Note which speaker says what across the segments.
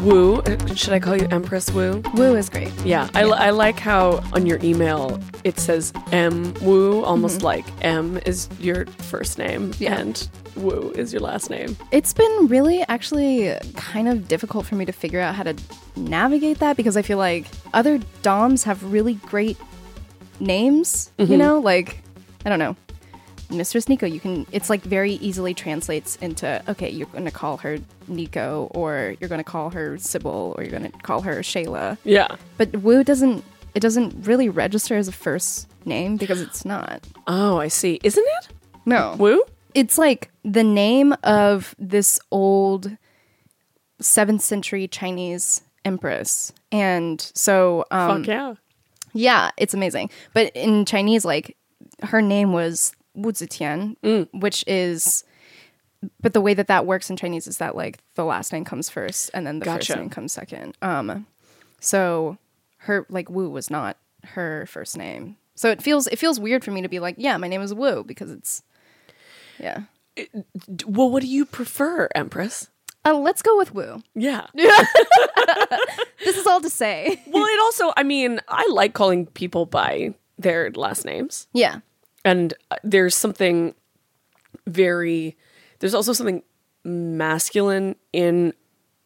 Speaker 1: Woo. Should I call you Empress Woo?
Speaker 2: Woo is great.
Speaker 1: Yeah. I, I like how on your email it says M Woo, almost like M is your first name
Speaker 2: Yeah.
Speaker 1: and Woo is your last name.
Speaker 2: It's been really actually kind of difficult for me to figure out how to navigate that because I feel like other DOMs have really great names, you know? Like, I don't know. Mistress Nico, you can, it's like very easily translates into, okay, you're going to call her Nico or you're going to call her Sybil or you're going to call her Shayla.
Speaker 1: Yeah.
Speaker 2: But Wu doesn't, it doesn't really register as a first name because it's not.
Speaker 1: Oh, I see. Isn't it?
Speaker 2: No.
Speaker 1: Woo?
Speaker 2: it's like the name of this old seventh century Chinese empress. And so, um,
Speaker 1: Fuck yeah.
Speaker 2: yeah, it's amazing. But in Chinese, like her name was Wu Zetian,
Speaker 1: Mm.
Speaker 2: which is, but the way that that works in Chinese is that like the last name comes first and then the
Speaker 1: Gotcha.
Speaker 2: first name comes second. Um, so her like Wu was not her first name. So it feels it feels weird for me to be like, yeah, my name is Wu because it's, yeah.
Speaker 1: D- Well, what do you prefer, Empress?
Speaker 2: Uh, let's go with Woo.
Speaker 1: Yeah.
Speaker 2: This is all to say.
Speaker 1: well, it also, I mean, I like calling people by their last names.
Speaker 2: Yeah.
Speaker 1: and uh, there's something very there's also something masculine in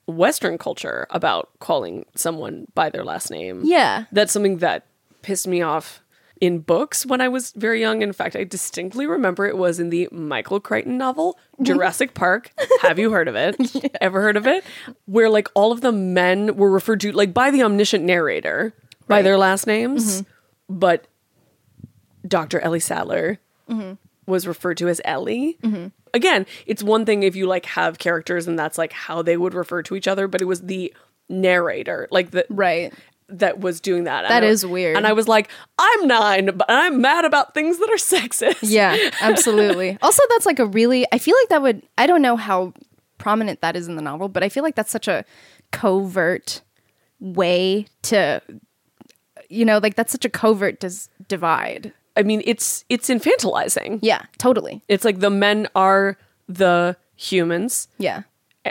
Speaker 1: western culture about calling someone by their last name
Speaker 2: Yeah.
Speaker 1: that's something that pissed me off in books when i was very young in fact i distinctly remember it was in the michael crichton novel jurassic park have you heard of it ever heard of it where like all of the men were referred to like by the omniscient narrator by their last names but Dr. Ellie Sattler
Speaker 2: Mm-hmm.
Speaker 1: was referred to as Ellie. Again, it's one thing if you like have characters and that's like how they would refer to each other, but it was the narrator, like the
Speaker 2: Right.
Speaker 1: that was doing that.
Speaker 2: That
Speaker 1: That is
Speaker 2: is weird.
Speaker 1: And I was like, I'm nine, but I'm mad about things that are sexist.
Speaker 2: Yeah, absolutely. also, that's like a really, I feel like that would, I don't know how prominent that is in the novel, but I feel like that's such a covert way to, you know, like that's such a covert dis- divide.
Speaker 1: I mean, it's it's infantilizing.
Speaker 2: Yeah, totally.
Speaker 1: It's like the men are the humans
Speaker 2: Yeah.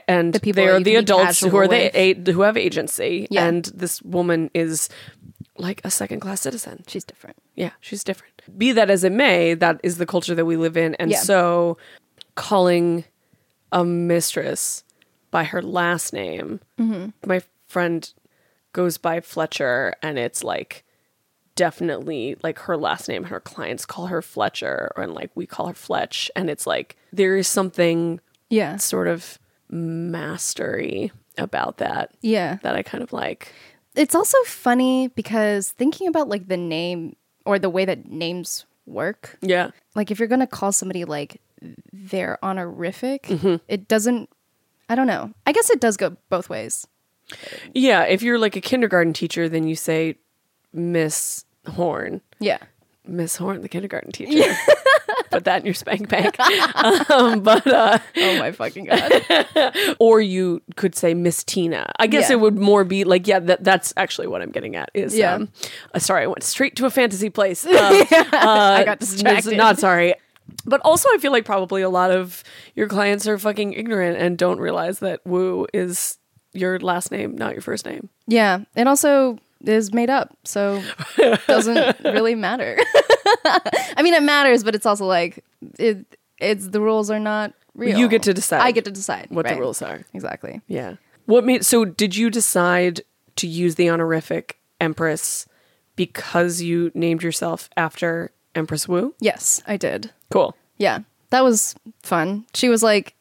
Speaker 1: and
Speaker 2: The people
Speaker 1: they
Speaker 2: that
Speaker 1: are
Speaker 2: you
Speaker 1: the
Speaker 2: can be
Speaker 1: adults who
Speaker 2: casual
Speaker 1: are the
Speaker 2: with.
Speaker 1: a- who have agency
Speaker 2: Yeah.
Speaker 1: and this woman is like a second class citizen.
Speaker 2: She's different.
Speaker 1: Yeah, she's different. Be that as it may, that is the culture that we live in. And
Speaker 2: Yeah.
Speaker 1: so calling a mistress by her last name, my friend goes by Fletcher, and it's like definitely like her last name. Her clients call her Fletcher, and like we call her Fletch. And it's like there is something
Speaker 2: Yeah.
Speaker 1: sort of mastery about that
Speaker 2: Yeah.
Speaker 1: that I kind of like.
Speaker 2: It's also funny because thinking about like the name or the way that names work,
Speaker 1: Yeah.
Speaker 2: like if you're gonna call somebody like they're honorific,
Speaker 1: Mm-hmm.
Speaker 2: it doesn't. I don't know. I guess it does go both ways.
Speaker 1: Yeah, if you're like a kindergarten teacher, then you say Miss Horn,
Speaker 2: Yeah.
Speaker 1: Miss Horn, the kindergarten teacher. Put that in your spank bank. um, but uh,
Speaker 2: Oh my fucking god.
Speaker 1: or you could say Miss Tina. I guess
Speaker 2: Yeah.
Speaker 1: it would more be like, yeah, that, that's actually what I'm getting at. Is
Speaker 2: Yeah.
Speaker 1: um, uh, sorry, I went straight to a fantasy place. Um, I
Speaker 2: got distracted.
Speaker 1: Not sorry. But also, I feel like probably a lot of your clients are fucking ignorant and don't realize that Woo is your last name, not your first name.
Speaker 2: yeah. It also is made up, so doesn't really matter. I mean, it matters, but it's also like it. It's the rules are not real.
Speaker 1: You get to decide
Speaker 2: I get to decide
Speaker 1: what
Speaker 2: right.
Speaker 1: the rules are.
Speaker 2: Exactly.
Speaker 1: Yeah. What made so did you decide to use the honorific empress because you named yourself after Empress Wu?
Speaker 2: Yes, I did.
Speaker 1: Cool.
Speaker 2: Yeah, that was fun. She was like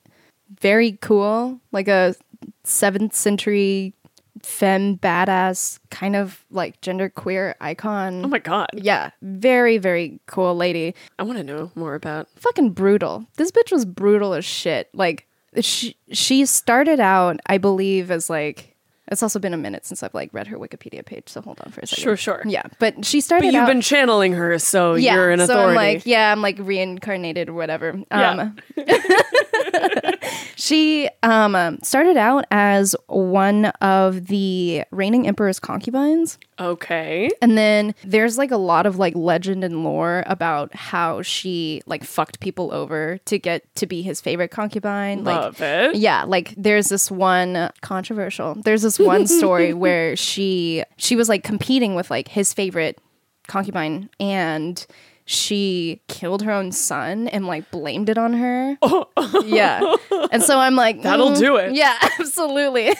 Speaker 2: very cool, like a seventh century femme badass kind of like genderqueer icon.
Speaker 1: Oh my god.
Speaker 2: yeah, very very cool lady.
Speaker 1: I want to know more about.
Speaker 2: Fucking brutal. This bitch was brutal as shit. Like she she started out, I believe, as like. It's also been a minute since I've like read her Wikipedia page, so hold on for a second.
Speaker 1: Sure, sure.
Speaker 2: Yeah, but she started.
Speaker 1: But you've
Speaker 2: out-
Speaker 1: been channeling her, so
Speaker 2: yeah,
Speaker 1: Oh, you're an
Speaker 2: So
Speaker 1: authority.
Speaker 2: I'm like, yeah, I'm like reincarnated or whatever. Um,
Speaker 1: Yeah.
Speaker 2: she um, um, started out as one of the reigning emperor's concubines.
Speaker 1: okay.
Speaker 2: And then there's like a lot of like legend and lore about how she like fucked people over to get to be his favorite concubine. Like,
Speaker 1: Love it.
Speaker 2: yeah, like there's this one controversial. There's this one story where she she was like competing with like his favorite concubine and she killed her own son and like blamed it on her. Yeah. And so I'm like
Speaker 1: That'll
Speaker 2: mm,
Speaker 1: do it.
Speaker 2: Yeah, absolutely.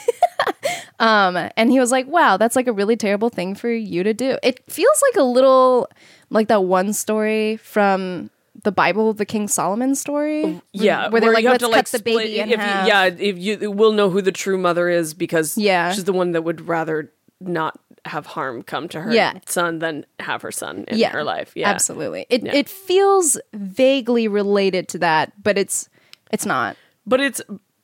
Speaker 2: um and he was like, "Wow, that's like a really terrible thing for you to do." It feels like a little like that one story from the Bible, the King Solomon story.
Speaker 1: Yeah,
Speaker 2: where they're like,
Speaker 1: you have
Speaker 2: "Let's
Speaker 1: to,
Speaker 2: cut the
Speaker 1: split-
Speaker 2: baby in
Speaker 1: if you-
Speaker 2: half."
Speaker 1: Yeah, if you will know who the true mother is because
Speaker 2: Yeah.
Speaker 1: she's the one that would rather not have harm come to her
Speaker 2: Yeah.
Speaker 1: son than have her son in her life. Yeah,
Speaker 2: absolutely. It it feels vaguely related to that, but it's it's not.
Speaker 1: But it's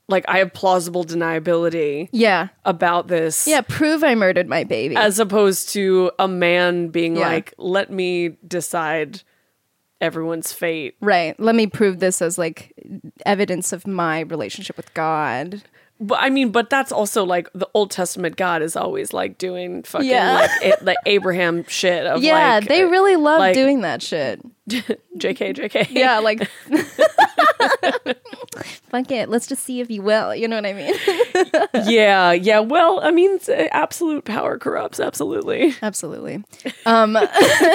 Speaker 1: like I have plausible deniability
Speaker 2: Yeah,
Speaker 1: about this.
Speaker 2: yeah. Prove I murdered my baby.
Speaker 1: as opposed to a man being
Speaker 2: Yeah.
Speaker 1: like, "Let me decide everyone's fate."
Speaker 2: right. Let me prove this as like evidence of my relationship with God.
Speaker 1: But I mean, but that's also like the Old Testament God is always like doing fucking
Speaker 2: Yeah.
Speaker 1: like it, the Abraham shit of
Speaker 2: Yeah,
Speaker 1: like, uh,
Speaker 2: they really love
Speaker 1: like-
Speaker 2: doing that shit.
Speaker 1: Jk Jk
Speaker 2: Yeah, like. Fuck it. Let's just see if you will. You know what I mean?
Speaker 1: yeah yeah well I mean it's, uh, absolute power corrupts absolutely.
Speaker 2: Absolutely. Um.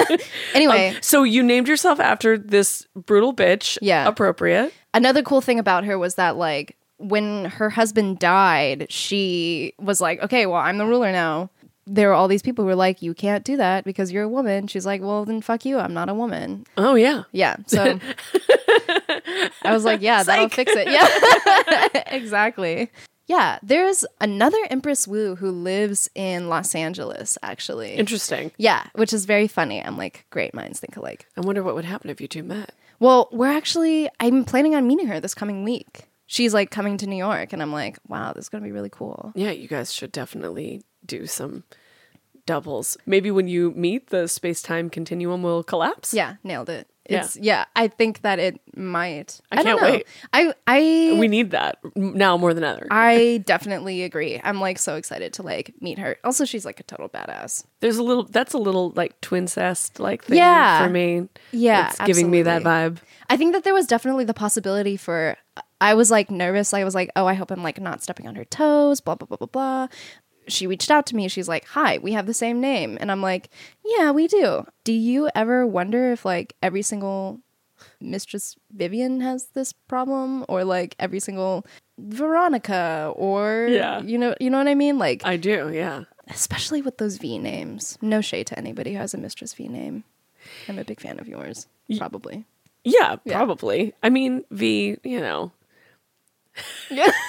Speaker 2: anyway,
Speaker 1: Um, So you named yourself after this brutal bitch.
Speaker 2: Yeah.
Speaker 1: appropriate.
Speaker 2: another cool thing about her was that like when her husband died she was like okay well i'm the ruler now there were all these people who were like you can't do that because you're a woman she's like well then fuck you i'm not a woman
Speaker 1: Oh yeah.
Speaker 2: yeah so i was like yeah that'll fix it yeah exactly yeah there's another empress wu who lives in los angeles actually
Speaker 1: Interesting.
Speaker 2: yeah which is very funny i'm like great minds think alike
Speaker 1: I wonder what would happen if you two met.
Speaker 2: well, we're actually, I'm planning on meeting her this coming week. She's like coming to New York, and I'm like, wow, this is gonna be really cool.
Speaker 1: Yeah, you guys should definitely do some doubles. Maybe when you meet, the space time continuum will collapse.
Speaker 2: Yeah, nailed it.
Speaker 1: Yeah.
Speaker 2: It's, yeah, I think that it might.
Speaker 1: I
Speaker 2: don't
Speaker 1: can't
Speaker 2: know.
Speaker 1: wait.
Speaker 2: I, I,
Speaker 1: We need that now more than ever.
Speaker 2: I definitely agree. I'm like so excited to like meet her. Also, she's like a total badass.
Speaker 1: There's a little, that's a little like twin cest like thing
Speaker 2: Yeah.
Speaker 1: for me.
Speaker 2: Yeah,
Speaker 1: It's giving me that
Speaker 2: absolutely.
Speaker 1: vibe.
Speaker 2: I think that there was definitely the possibility for. I was like nervous. I was like, oh, I hope I'm like not stepping on her toes, blah, blah, blah, blah, blah. She reached out to me. She's like, hi, we have the same name. And I'm like, yeah, we do. Do you ever wonder if like every single Mistress Vivian has this problem or like every single Veronica or,
Speaker 1: Yeah.
Speaker 2: you know, you know what I mean? Like,
Speaker 1: I do, yeah.
Speaker 2: especially with those V names. No shade to anybody who has a Mistress V name. I'm a big fan of yours, probably.
Speaker 1: Yeah, probably. I mean, V, you know.
Speaker 2: Yeah.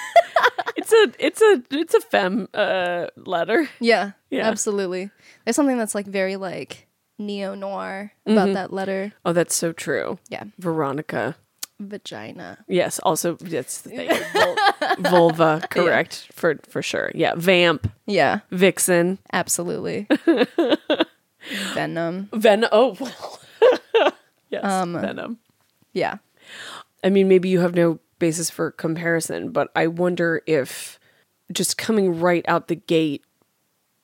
Speaker 1: It's a it's a it's a fem uh letter.
Speaker 2: Yeah,
Speaker 1: Yeah.
Speaker 2: absolutely. There's something that's like very like neo noir about that letter.
Speaker 1: Oh, that's so true.
Speaker 2: Yeah,
Speaker 1: Veronica.
Speaker 2: vagina.
Speaker 1: Yes, also that's the thing. Vul- vulva, correct for for sure. Yeah, vamp,
Speaker 2: Yeah,
Speaker 1: vixen,
Speaker 2: absolutely. Venom.
Speaker 1: venom. Oh, well. yes, venom.
Speaker 2: Yeah,
Speaker 1: Um, I mean, maybe you have no basis for comparison, but I wonder if just coming right out the gate,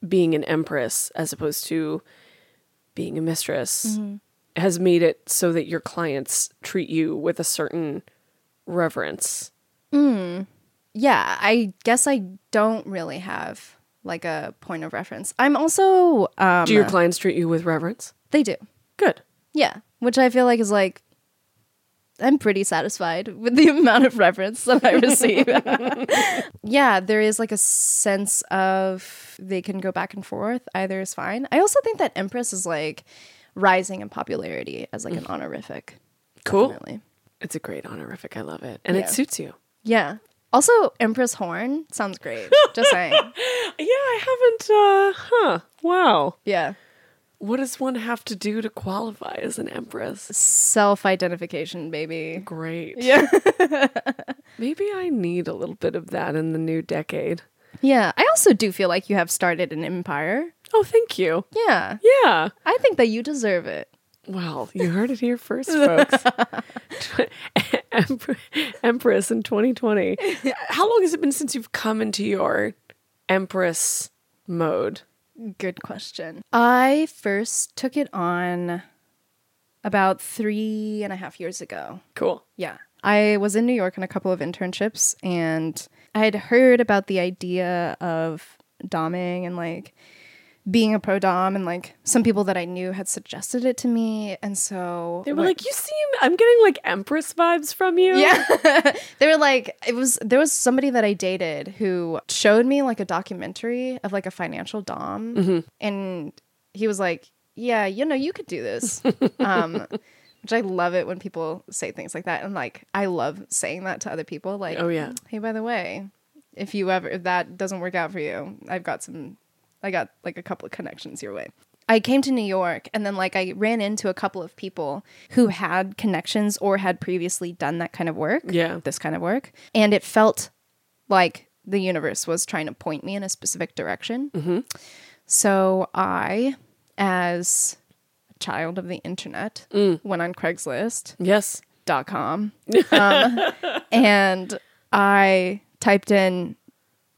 Speaker 1: being an empress as opposed to being a mistress, has made it so that your clients treat you with a certain reverence.
Speaker 2: yeah. I guess I don't really have like a point of reference. I'm also um,
Speaker 1: Do your clients treat you with reverence?
Speaker 2: they do.
Speaker 1: Good.
Speaker 2: Yeah, which I feel like is like I'm pretty satisfied with the amount of reverence that I receive. yeah, there is like a sense of they can go back and forth. Either is fine. I also think that Empress is like rising in popularity as like an honorific.
Speaker 1: Cool.
Speaker 2: Definitely.
Speaker 1: It's a great honorific. I love it. And
Speaker 2: Yeah.
Speaker 1: it suits you.
Speaker 2: Yeah. Also, Empress Horn sounds great. Just saying.
Speaker 1: Yeah, I haven't. Uh, huh. Wow.
Speaker 2: Yeah.
Speaker 1: What does one have to do to qualify as an empress?
Speaker 2: Self identification, baby.
Speaker 1: Great.
Speaker 2: Yeah.
Speaker 1: Maybe I need a little bit of that in the new decade.
Speaker 2: Yeah. I also do feel like you have started an empire.
Speaker 1: Oh, thank you.
Speaker 2: Yeah.
Speaker 1: Yeah.
Speaker 2: I think that you deserve it.
Speaker 1: Well, you heard it here first, folks. Em- Empress in 2020. How long has it been since you've come into your Empress mode?
Speaker 2: Good question. I first took it on about three and a half years ago.
Speaker 1: Cool.
Speaker 2: Yeah. I was in New York on a couple of internships and I had heard about the idea of doming and like being a pro dom and like some people that I knew had suggested it to me and so
Speaker 1: They were like, you seem, I'm getting like Empress vibes from you.
Speaker 2: yeah. they were like, it was there was somebody that I dated who showed me like a documentary of like a financial dom,
Speaker 1: Mm-hmm.
Speaker 2: and he was like, "Yeah, you know, you could do this." um, which I love it when people say things like that, and like I love saying that to other people. Like,
Speaker 1: Oh, yeah.
Speaker 2: hey, by the way, if you ever if that doesn't work out for you, I've got some, I got like a couple of connections your way. I came to New York and then like I ran into a couple of people who had connections or had previously done that kind of work.
Speaker 1: Yeah.
Speaker 2: This kind of work. And it felt like the universe was trying to point me in a specific direction. So I, as a child of the internet, went on Craigslist.com
Speaker 1: Yes.
Speaker 2: um, and I typed in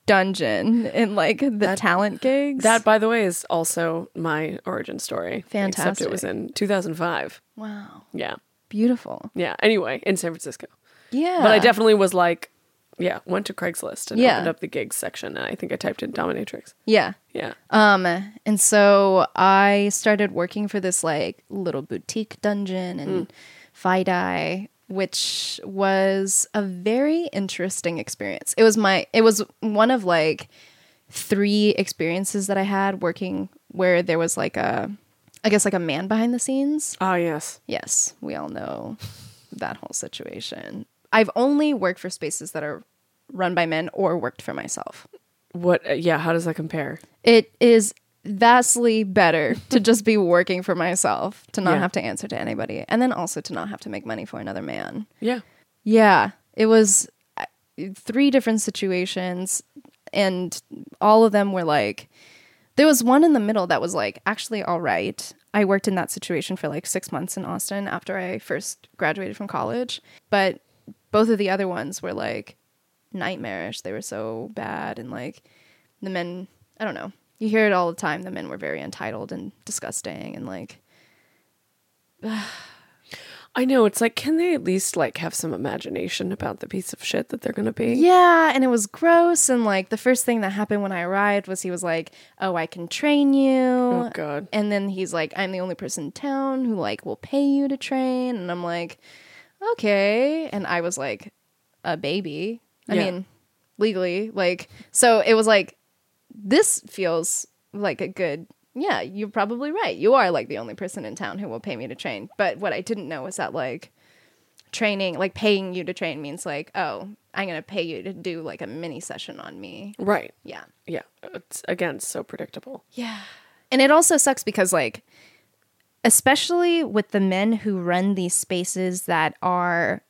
Speaker 2: dungeon in like the talent gigs.
Speaker 1: That, by the way, is also my origin story. Except it was
Speaker 2: Fantastic.
Speaker 1: in 2005.
Speaker 2: wow.
Speaker 1: Yeah.
Speaker 2: Beautiful.
Speaker 1: Yeah. Anyway, in San Francisco.
Speaker 2: Yeah.
Speaker 1: But I definitely was like, yeah, went to Craigslist and
Speaker 2: Yeah.
Speaker 1: opened up the gigs section. And I think I typed in Dominatrix.
Speaker 2: Yeah.
Speaker 1: Yeah.
Speaker 2: Um, and so I started working for this like little boutique dungeon in Fidei, which was a very interesting experience. It was my it was one of like three experiences that I had working where there was like a I guess like a man behind the scenes.
Speaker 1: Ah, yes.
Speaker 2: Yes, we all know that whole situation. I've only worked for spaces that are run by men or worked for myself
Speaker 1: What, uh, yeah, how does that compare?
Speaker 2: it is vastly better to just be working for myself, to not
Speaker 1: Yeah.
Speaker 2: have to answer to anybody, and then also to not have to make money for another man.
Speaker 1: Yeah.
Speaker 2: Yeah, it was uh, three different situations, and all of them were like, there was one in the middle that was like actually all right. I worked in that situation for like six months in Austin after I first graduated from college, but both of the other ones were like nightmarish. They were so bad, and like the men, I don't know. You hear it all the time. The men were very entitled and disgusting, and like,
Speaker 1: I know. It's like, can they at least like have some imagination about the piece of shit that they're going to be?
Speaker 2: Yeah, and it was gross. And like the first thing that happened when I arrived was he was like, "Oh, I can train you."
Speaker 1: Oh, God.
Speaker 2: And then he's like, "I'm the only person in town who like will pay you to train." And I'm like, "Okay." And I was like, "A baby." I
Speaker 1: Yeah.
Speaker 2: mean, legally, like, so it was like, this feels like a good. Yeah, you're probably right. You are like the only person in town who will pay me to train. But what I didn't know was that like training like paying you to train means like oh i'm gonna pay you to do like a mini session on me
Speaker 1: Right.
Speaker 2: yeah
Speaker 1: Yeah. It's, again, so predictable.
Speaker 2: yeah and it also sucks because like especially with the men who run these spaces that are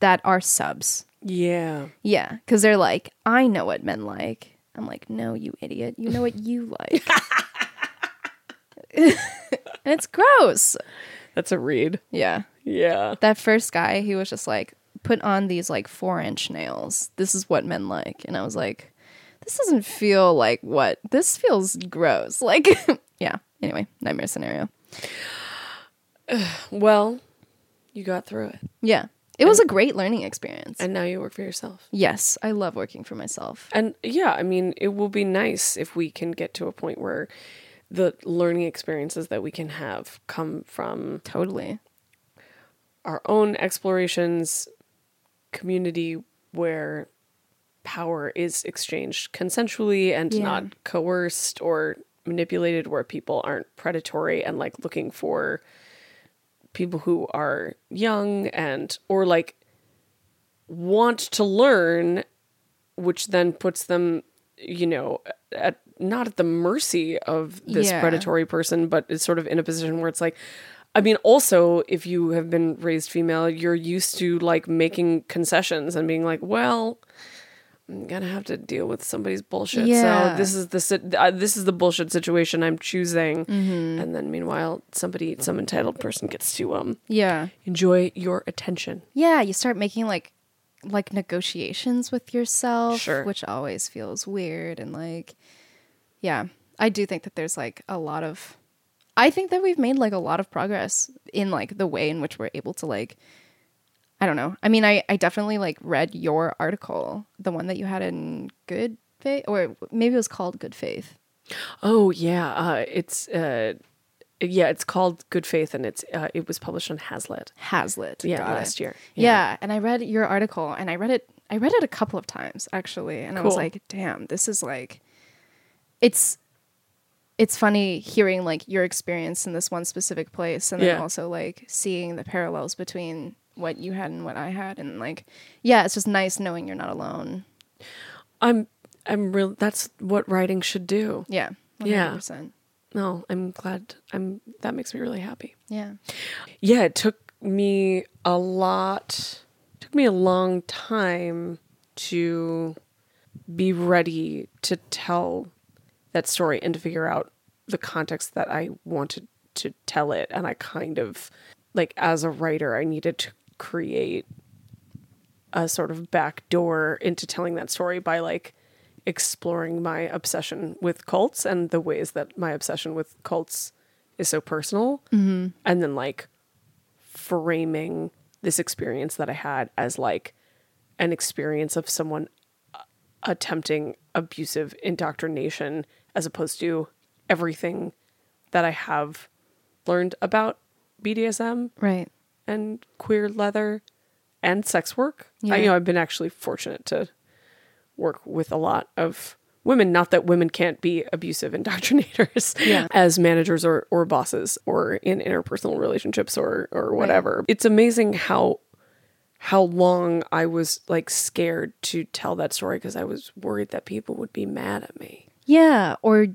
Speaker 2: that are subs
Speaker 1: Yeah.
Speaker 2: yeah because they're like i know what men like i'm like no you idiot you know what you like and it's gross
Speaker 1: That's a read.
Speaker 2: yeah
Speaker 1: Yeah.
Speaker 2: that first guy, he was just like, put on these like four inch nails. This is what men like. And I was like, this doesn't feel like what? This feels gross. Like, yeah. Anyway, nightmare scenario.
Speaker 1: Well, you got through it.
Speaker 2: Yeah. It was a great learning experience.
Speaker 1: And now you work for yourself.
Speaker 2: yes, I love working for myself.
Speaker 1: And yeah, I mean, it will be nice if we can get to a point where the learning experiences that we can have come from
Speaker 2: Totally.
Speaker 1: our own explorations community where power is exchanged consensually and
Speaker 2: Yeah.
Speaker 1: not coerced or manipulated where people aren't predatory and like looking for people who are young and or like want to learn which then puts them you know at not at the mercy of this
Speaker 2: Yeah.
Speaker 1: predatory person but is sort of in a position where it's like i mean also if you have been raised female you're used to like making concessions and being like well i'm gonna have to deal with somebody's bullshit
Speaker 2: Yeah.
Speaker 1: so this is the sit- uh, this is the bullshit situation i'm choosing and then meanwhile somebody some entitled person gets to um
Speaker 2: Yeah.
Speaker 1: enjoy your attention
Speaker 2: Yeah, you start making like like negotiations with yourself,
Speaker 1: Sure.
Speaker 2: which always feels weird and like yeah. I do think that there's like a lot of I think that we've made like a lot of progress in like the way in which we're able to like I don't know. I mean, I I definitely like read your article, the one that you had in Good Faith or maybe it was called Good Faith.
Speaker 1: Oh yeah, uh, it's uh, yeah, it's called Good Faith, and it's uh, it was published on Hazlitt.
Speaker 2: Hazlitt.
Speaker 1: Yeah,
Speaker 2: Got it.
Speaker 1: last year.
Speaker 2: Yeah. and I read your article and I read it I read it a couple of times actually and I was
Speaker 1: Cool.
Speaker 2: like, "Damn, this is like it's it's funny hearing like your experience in this one specific place and then
Speaker 1: Yeah.
Speaker 2: also like seeing the parallels between what you had and what I had and like yeah, it's just nice knowing you're not alone.
Speaker 1: I'm I'm real. That's what writing should do.
Speaker 2: Yeah.
Speaker 1: Yeah.
Speaker 2: 100%.
Speaker 1: No, I'm glad. I'm that makes me really happy.
Speaker 2: Yeah.
Speaker 1: Yeah, it took me a lot. Took me a long time to be ready to tell that story and to figure out the context that I wanted to tell it. And I kind of, like, as a writer, I needed to create a sort of back door into telling that story by, like, exploring my obsession with cults and the ways that my obsession with cults is so personal. Mm-hmm. And then, like, framing this experience that I had as, like, an experience of someone uh, attempting abusive indoctrination as opposed to everything that I have learned about BDSM
Speaker 2: Right.
Speaker 1: and queer leather and sex work.
Speaker 2: Yeah.
Speaker 1: I, you know, I've been actually fortunate to work with a lot of women. Not that women can't be abusive indoctrinators as managers or, or bosses or in interpersonal relationships or or whatever. It's amazing how how long I was like scared to tell that story because I was worried that people would be mad at me.
Speaker 2: Yeah, or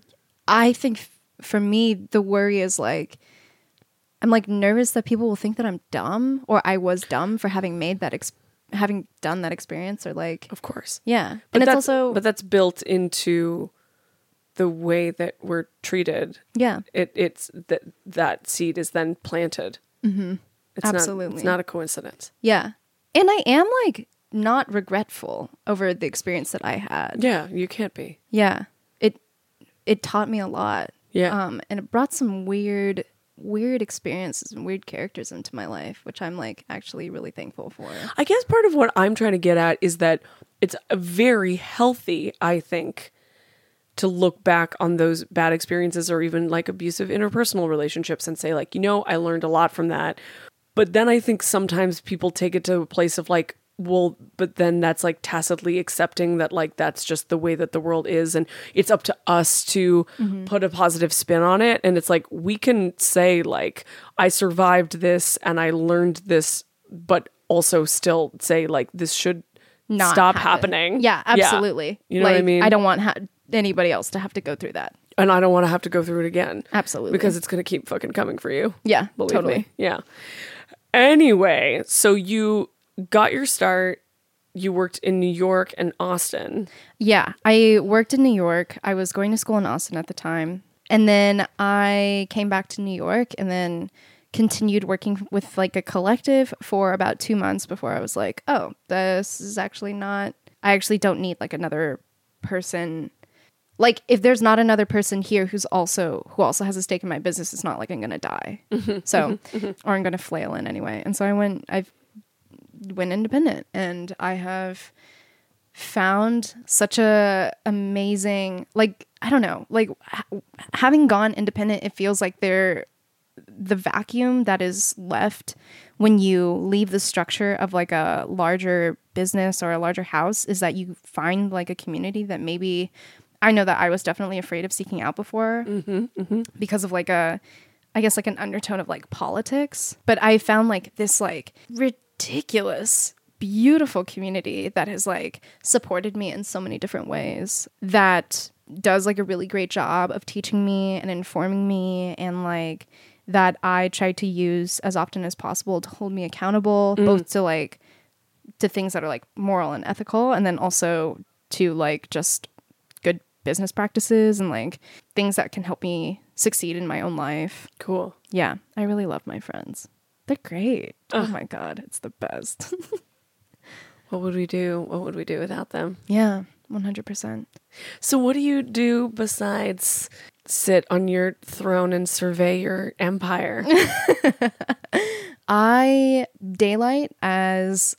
Speaker 2: I think f- for me the worry is like I'm like nervous that people will think that I'm dumb or I was dumb for having made that ex- having done that experience or like
Speaker 1: Of course.
Speaker 2: yeah.
Speaker 1: But
Speaker 2: and it's
Speaker 1: that's-
Speaker 2: also
Speaker 1: but that's built into the way that we're treated
Speaker 2: yeah.
Speaker 1: it it's that that seed is then planted. Mm-hmm. It's Not,
Speaker 2: Absolutely.
Speaker 1: it's not a coincidence.
Speaker 2: Yeah. And I am like not regretful over the experience that I had.
Speaker 1: Yeah, you can't be.
Speaker 2: Yeah. It it taught me a lot.
Speaker 1: Yeah.
Speaker 2: Um and it brought some weird weird experiences and weird characters into my life, which I'm like actually really thankful for.
Speaker 1: I guess part of what I'm trying to get at is that it's a very healthy, I think, to look back on those bad experiences or even like abusive interpersonal relationships and say like, you know, I learned a lot from that. But then I think sometimes people take it to a place of like, well, but then that's like tacitly accepting that like that's just the way that the world is and it's up to us to
Speaker 2: Mm-hmm.
Speaker 1: put a positive spin on it and it's like we can say like I survived this and I learned this but also still say like this should
Speaker 2: not
Speaker 1: stop
Speaker 2: happen.
Speaker 1: happening.
Speaker 2: Yeah, absolutely.
Speaker 1: You know what I
Speaker 2: Like,
Speaker 1: mean?
Speaker 2: I don't want ha- anybody else to have to go through that.
Speaker 1: and I don't want to have to go through it again.
Speaker 2: Absolutely.
Speaker 1: Because it's going to keep fucking coming for you.
Speaker 2: Yeah,
Speaker 1: Believe
Speaker 2: totally.
Speaker 1: me. Yeah. Anyway, so you got your start. You worked in New York and Austin.
Speaker 2: Yeah, I worked in New York. I was going to school in Austin at the time. And then I came back to New York and then continued working with like a collective for about 2 months before I was like, "Oh, this is actually not I actually don't need like another person like if there's not another person here who's also who also has a stake in my business, it's not like I'm going to die. so, or I'm going to flail in anyway. And so I went I've went independent and I have found such a amazing like I don't know like ha- having gone independent it feels like there the vacuum that is left when you leave the structure of like a larger business or a larger house is that you find like a community that maybe I know that I was definitely afraid of seeking out before because of like a I guess like an undertone of like politics, but I found like this like ridiculous beautiful community that has like supported me in so many different ways that does like a really great job of teaching me and informing me and like that I try to use as often as possible to hold me accountable both to like to things that are like moral and ethical and then also to like just good business practices and like things that can help me succeed in my own life.
Speaker 1: Cool.
Speaker 2: Yeah, I really love my friends. They're great. Oh my god, it's the best.
Speaker 1: What would we do? What would we do without them?
Speaker 2: yeah, 100%.
Speaker 1: So, what do you do besides sit on your throne and survey your empire?
Speaker 2: I daylight as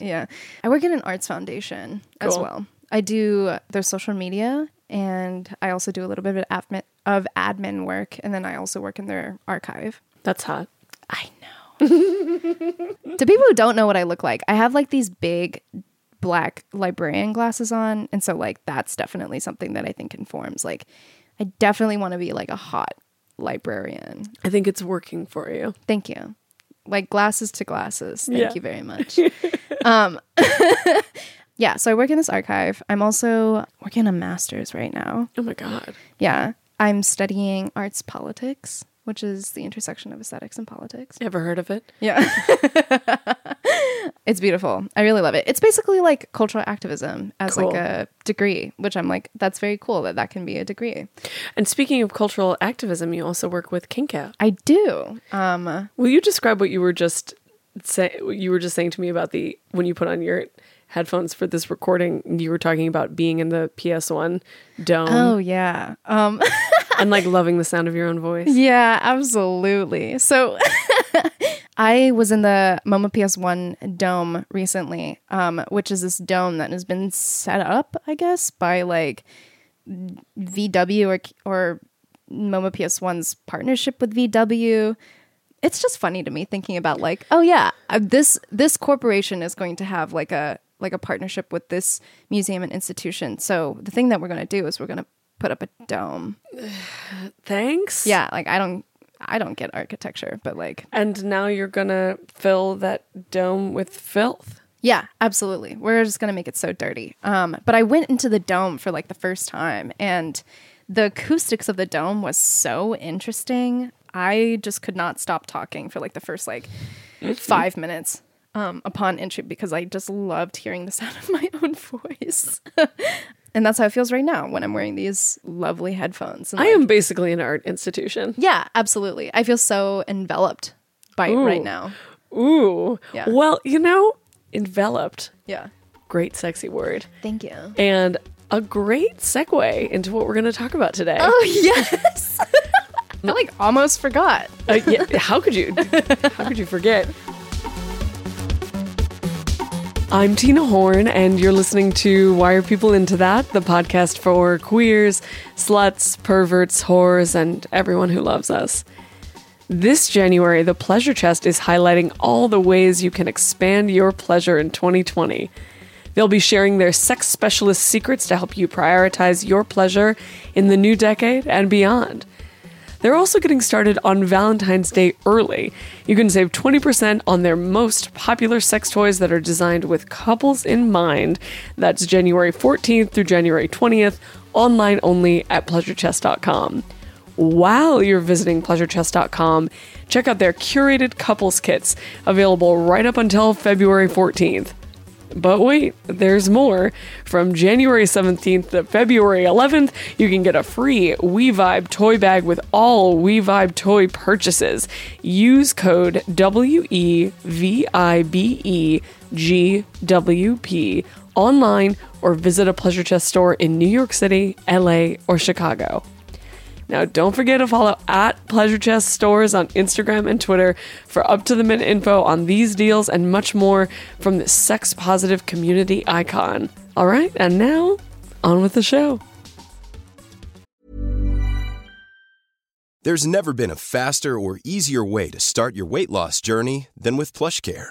Speaker 2: Yeah. I work at an arts foundation as
Speaker 1: Cool.
Speaker 2: well. I do their social media and I also do a little bit of admin of admin work and then I also work in their archive.
Speaker 1: That's hot.
Speaker 2: I know. to people who don't know what I look like, I have like these big black librarian glasses on. And so, like, that's definitely something that I think informs. Like, I definitely want to be like a hot librarian.
Speaker 1: I think it's working for you.
Speaker 2: Thank you. Like, glasses to glasses. Thank
Speaker 1: Yeah.
Speaker 2: you very much. um, yeah. So, I work in this archive. I'm also working a master's right now.
Speaker 1: Oh my God.
Speaker 2: Yeah. I'm studying arts politics, which is the intersection of aesthetics and politics.
Speaker 1: Ever heard of it?
Speaker 2: Yeah. it's beautiful. I really love it. It's basically like cultural activism as
Speaker 1: Cool.
Speaker 2: like a degree, which I'm like that's very cool that that can be a degree.
Speaker 1: And speaking of cultural activism, you also work with Kink Out.
Speaker 2: I do. Um
Speaker 1: Will you describe what you were just say you were just saying to me about the when you put on your headphones for this recording, you were talking about being in the PS1 dome
Speaker 2: oh yeah. Um
Speaker 1: and like loving the sound of your own voice.
Speaker 2: yeah, absolutely. So I was in the MoMA PS1 dome recently, um which is this dome that has been set up, I guess, by like VW or or MoMA PS1's partnership with VW. It's just funny to me thinking about like, oh yeah, uh, this this corporation is going to have like a like a partnership with this museum and institution. So the thing that we're going to do is we're going to put up a dome.
Speaker 1: Thanks.
Speaker 2: Yeah, like I don't I don't get architecture, but like
Speaker 1: And now you're gonna fill that dome with filth.
Speaker 2: Yeah, absolutely. We're just gonna make it so dirty. Um, but I went into the dome for like the first time, and the acoustics of the dome was so interesting. I just could not stop talking for like the first like five minutes um, upon entry because I just loved hearing the sound of my own voice. and that's how it feels right now when I'm wearing these lovely headphones. And,
Speaker 1: I
Speaker 2: like,
Speaker 1: am basically an art institution.
Speaker 2: yeah, absolutely. I feel so enveloped by it right now.
Speaker 1: Ooh.
Speaker 2: Yeah.
Speaker 1: Well, you know, enveloped.
Speaker 2: Yeah.
Speaker 1: Great sexy word.
Speaker 2: Thank you.
Speaker 1: And a great segue into what we're gonna talk about today.
Speaker 2: Oh yes. I like almost forgot.
Speaker 1: Uh, yeah, how could you? How could you forget? I'm Tina Horn, and you're listening to Why Are People Into That, the podcast for queers, sluts, perverts, whores, and everyone who loves us. This January, the Pleasure Chest is highlighting all the ways you can expand your pleasure in 2020. They'll be sharing their sex specialist secrets to help you prioritize your pleasure in the new decade and beyond. They're also getting started on Valentine's Day early. You can save 20% on their most popular sex toys that are designed with couples in mind. That's January 14th through January 20th, online only at pleasurechest.com. While you're visiting pleasurechest.com, check out their curated couples kits available right up until February 14th. But wait, there's more. From January 17th to February 11th, you can get a free We Vibe toy bag with all We Vibe toy purchases. Use code E WEVIBEGWP online or visit a Pleasure Chest store in New York City, LA, or Chicago. Now, don't forget to follow at Pleasure Chest Stores on Instagram and Twitter for up to the minute info on these deals and much more from the sex positive community icon. All right, and now on with the show.
Speaker 3: There's never been a faster or easier way to start your weight loss journey than with PlushCare.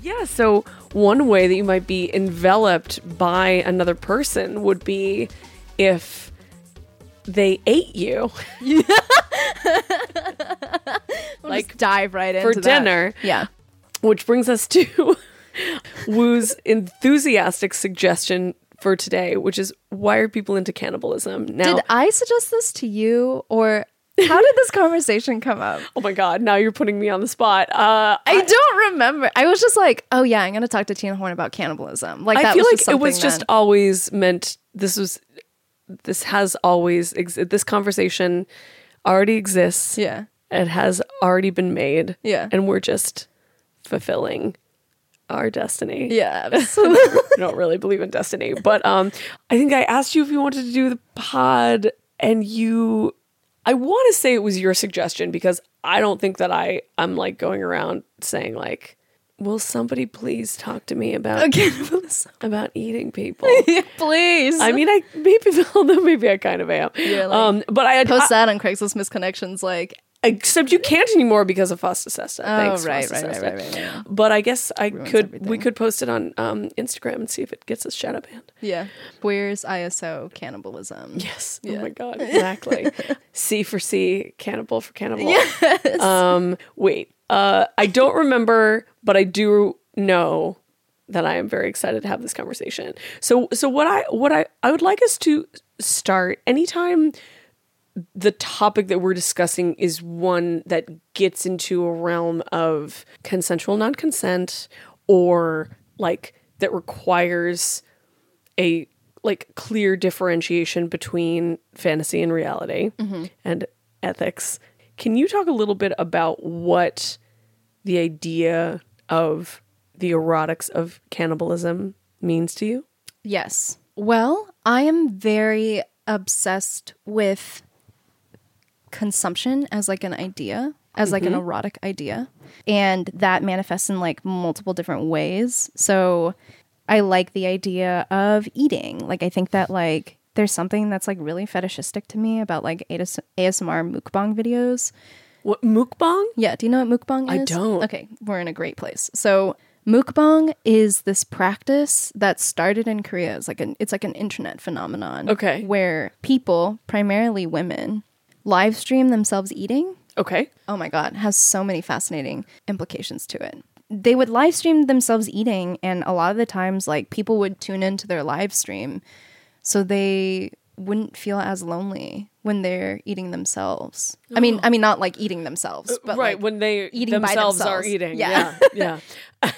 Speaker 1: Yeah, so one way that you might be enveloped by another person would be if they ate you
Speaker 2: like dive right into
Speaker 1: for
Speaker 2: that.
Speaker 1: dinner.
Speaker 2: Yeah.
Speaker 1: Which brings us to Woo's enthusiastic suggestion for today, which is why are people into cannibalism? Now,
Speaker 2: Did I suggest this to you, or how did this conversation come up?
Speaker 1: oh my God, now you're putting me on the spot. Uh,
Speaker 2: I don't remember. I was just like, oh yeah, I'm gonna talk to Tina Horn about cannibalism. Like that
Speaker 1: I feel
Speaker 2: was
Speaker 1: like
Speaker 2: just
Speaker 1: it was
Speaker 2: something
Speaker 1: just
Speaker 2: that-
Speaker 1: always meant. This was, this has always ex- this conversation already exists.
Speaker 2: yeah.
Speaker 1: it has already been made.
Speaker 2: Yeah.
Speaker 1: and we're just fulfilling our destiny.
Speaker 2: Yeah. absolutely.
Speaker 1: I don't really believe in destiny, but um, I think I asked you if you wanted to do the pod, and you, I want to say it was your suggestion because I don't think that I I'm like going around saying like. Will somebody please talk to me about
Speaker 2: cannibalism.
Speaker 1: about eating people?
Speaker 2: Please.
Speaker 1: I mean, I maybe although maybe I kind of am.
Speaker 2: Yeah, like-
Speaker 1: um, but I,
Speaker 2: post
Speaker 1: I
Speaker 2: that on Craigslist misconnections like
Speaker 1: except you can't anymore because of Fostacesta.
Speaker 2: Oh,
Speaker 1: Thanks,
Speaker 2: right, right, right,
Speaker 1: Fostacesta.
Speaker 2: right, right, right.
Speaker 1: But I guess I could we
Speaker 2: everything.
Speaker 1: could post it on um, Instagram and see if it gets a shadow banned.
Speaker 2: yeah. Where's ISO cannibalism?
Speaker 1: Yes. Oh my god. Exactly. C for C, cannibal for cannibal. Um. Wait. Uh. I don't remember, but I do know that I am very excited to have this conversation. So. So what I what I I would like us to start anytime the topic that we're discussing is one that gets into a realm of consensual non-consent or like that requires a like clear differentiation between fantasy and reality
Speaker 2: Mm-hmm.
Speaker 1: and ethics. Can you talk a little bit about what the idea of the erotics of cannibalism means to you?
Speaker 2: Yes. Well, I am very obsessed with consumption as like an idea, as like an erotic idea. And that manifests in like multiple different ways. So I like the idea of eating. Like I think that like there's something that's like really fetishistic to me about like AS- ASMR mukbang videos.
Speaker 1: What mukbang?
Speaker 2: Yeah. Do you know what mukbang is?
Speaker 1: I don't.
Speaker 2: Okay. We're in a great place. So mukbang is this practice that started in Korea. It's like an it's like an internet phenomenon.
Speaker 1: Okay.
Speaker 2: Where people, primarily women, live stream themselves eating.
Speaker 1: Okay.
Speaker 2: Oh my god, has so many fascinating implications to it. They would live stream themselves eating and a lot of the times like people would tune into their live stream so they wouldn't feel as lonely when they're eating themselves. I mean, I mean not like eating themselves, but
Speaker 1: Oh. Uh, right,
Speaker 2: like,
Speaker 1: when they
Speaker 2: eating by
Speaker 1: themselves,
Speaker 2: themselves.
Speaker 1: are eating.
Speaker 2: Yeah.
Speaker 1: Yeah. Yeah.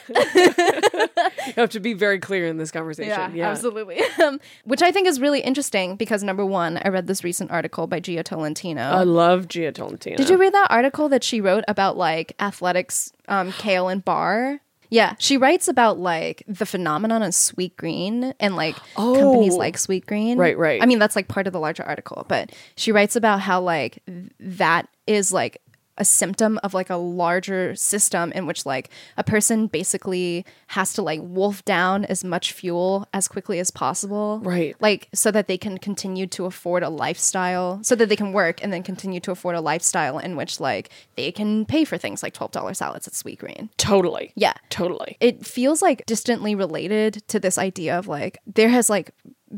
Speaker 1: you have to be very clear in this conversation. Yeah.
Speaker 2: absolutely. Um, which I think is really interesting because number one, I read this recent article by Gio Tolentino.
Speaker 1: I love Gia Tolentino.
Speaker 2: Did you read that article that she wrote about like athletics, um, kale and bar? Yeah, she writes about like the phenomenon of sweet green and like companies
Speaker 1: Oh.
Speaker 2: like sweet green.
Speaker 1: Right, right.
Speaker 2: I mean, that's like part of the larger article, but she writes about how like th- that is like a symptom of like a larger system in which like a person basically has to like wolf down as much fuel as quickly as possible
Speaker 1: Right.
Speaker 2: like so that they can continue to afford a lifestyle so that they can work and then continue to afford a lifestyle in which like they can pay for things like $12 salads at sweetgreen
Speaker 1: Totally.
Speaker 2: yeah
Speaker 1: Totally.
Speaker 2: it feels like distantly related to this idea of like there has like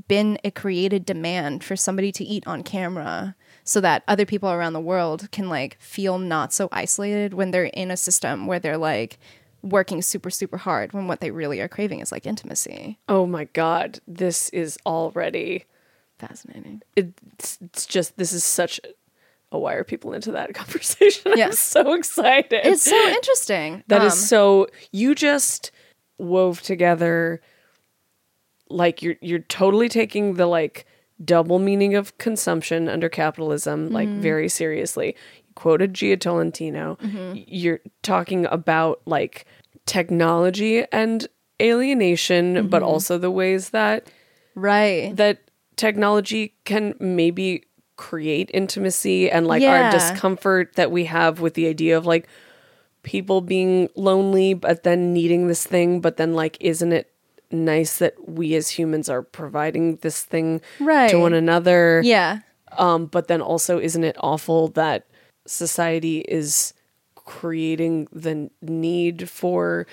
Speaker 2: been a created demand for somebody to eat on camera so that other people around the world can like feel not so isolated when they're in a system where they're like working super super hard when what they really are craving is like intimacy
Speaker 1: Oh my God. This is already.
Speaker 2: fascinating
Speaker 1: it's, it's just this is such a why are people into that conversation
Speaker 2: Yeah.
Speaker 1: i'm so excited
Speaker 2: it's so interesting
Speaker 1: That is
Speaker 2: Um,
Speaker 1: so you just wove together like you're you're totally taking
Speaker 2: Mm-hmm.
Speaker 1: the like double meaning of consumption under capitalism like very seriously quoted Gia Tolentino.
Speaker 2: Mm-hmm.
Speaker 1: You're talking about like technology and alienation, but
Speaker 2: Mm-hmm.
Speaker 1: also the ways that
Speaker 2: Right.
Speaker 1: that technology can maybe create intimacy and like
Speaker 2: Yeah.
Speaker 1: our discomfort that we have with the idea of like people being lonely but then needing this thing but then like isn't it nice that we as humans are providing this thing
Speaker 2: Right.
Speaker 1: to one another
Speaker 2: yeah.
Speaker 1: um but then also isn't it awful that society is creating the need for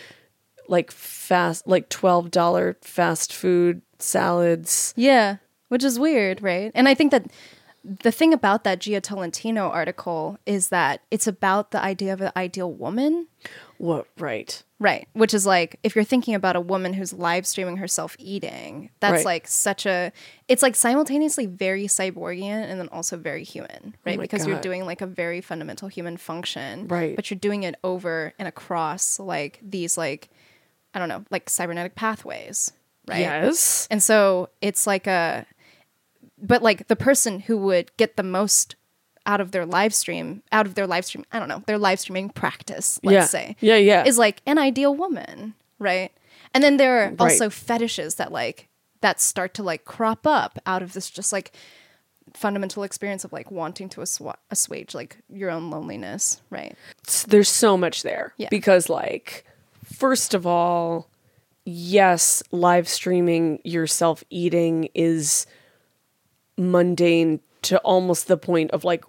Speaker 1: like fast like $12 fast food salads
Speaker 2: Yeah, which is weird, right? And I think that the thing about that Gia Tolentino article is that it's about the idea of an ideal woman,
Speaker 1: What? Right.
Speaker 2: right? Which is like if you're thinking about a woman who's live streaming herself eating, that's
Speaker 1: Right.
Speaker 2: like such a it's like simultaneously very cyborgian and then also very human, right?
Speaker 1: Oh my
Speaker 2: because you're
Speaker 1: God.
Speaker 2: doing like a very fundamental human function,
Speaker 1: Right.
Speaker 2: But you're doing it over and across like these like I don't know, like cybernetic pathways, right?
Speaker 1: Yes.
Speaker 2: And so it's like a, but like the person who would get the most out of their live stream, out of their live stream, I don't know, their live streaming practice, let's
Speaker 1: yeah.
Speaker 2: say,
Speaker 1: Yeah, yeah.
Speaker 2: is like an ideal woman, right? And then there are also
Speaker 1: Right.
Speaker 2: fetishes that like, that start to like crop up out of this just like fundamental experience of like wanting to assu- assuage like your own loneliness, right?
Speaker 1: It's- There's so much there.
Speaker 2: Yeah.
Speaker 1: Because, like, first of all, yes, live streaming yourself eating is mundane to almost the point of like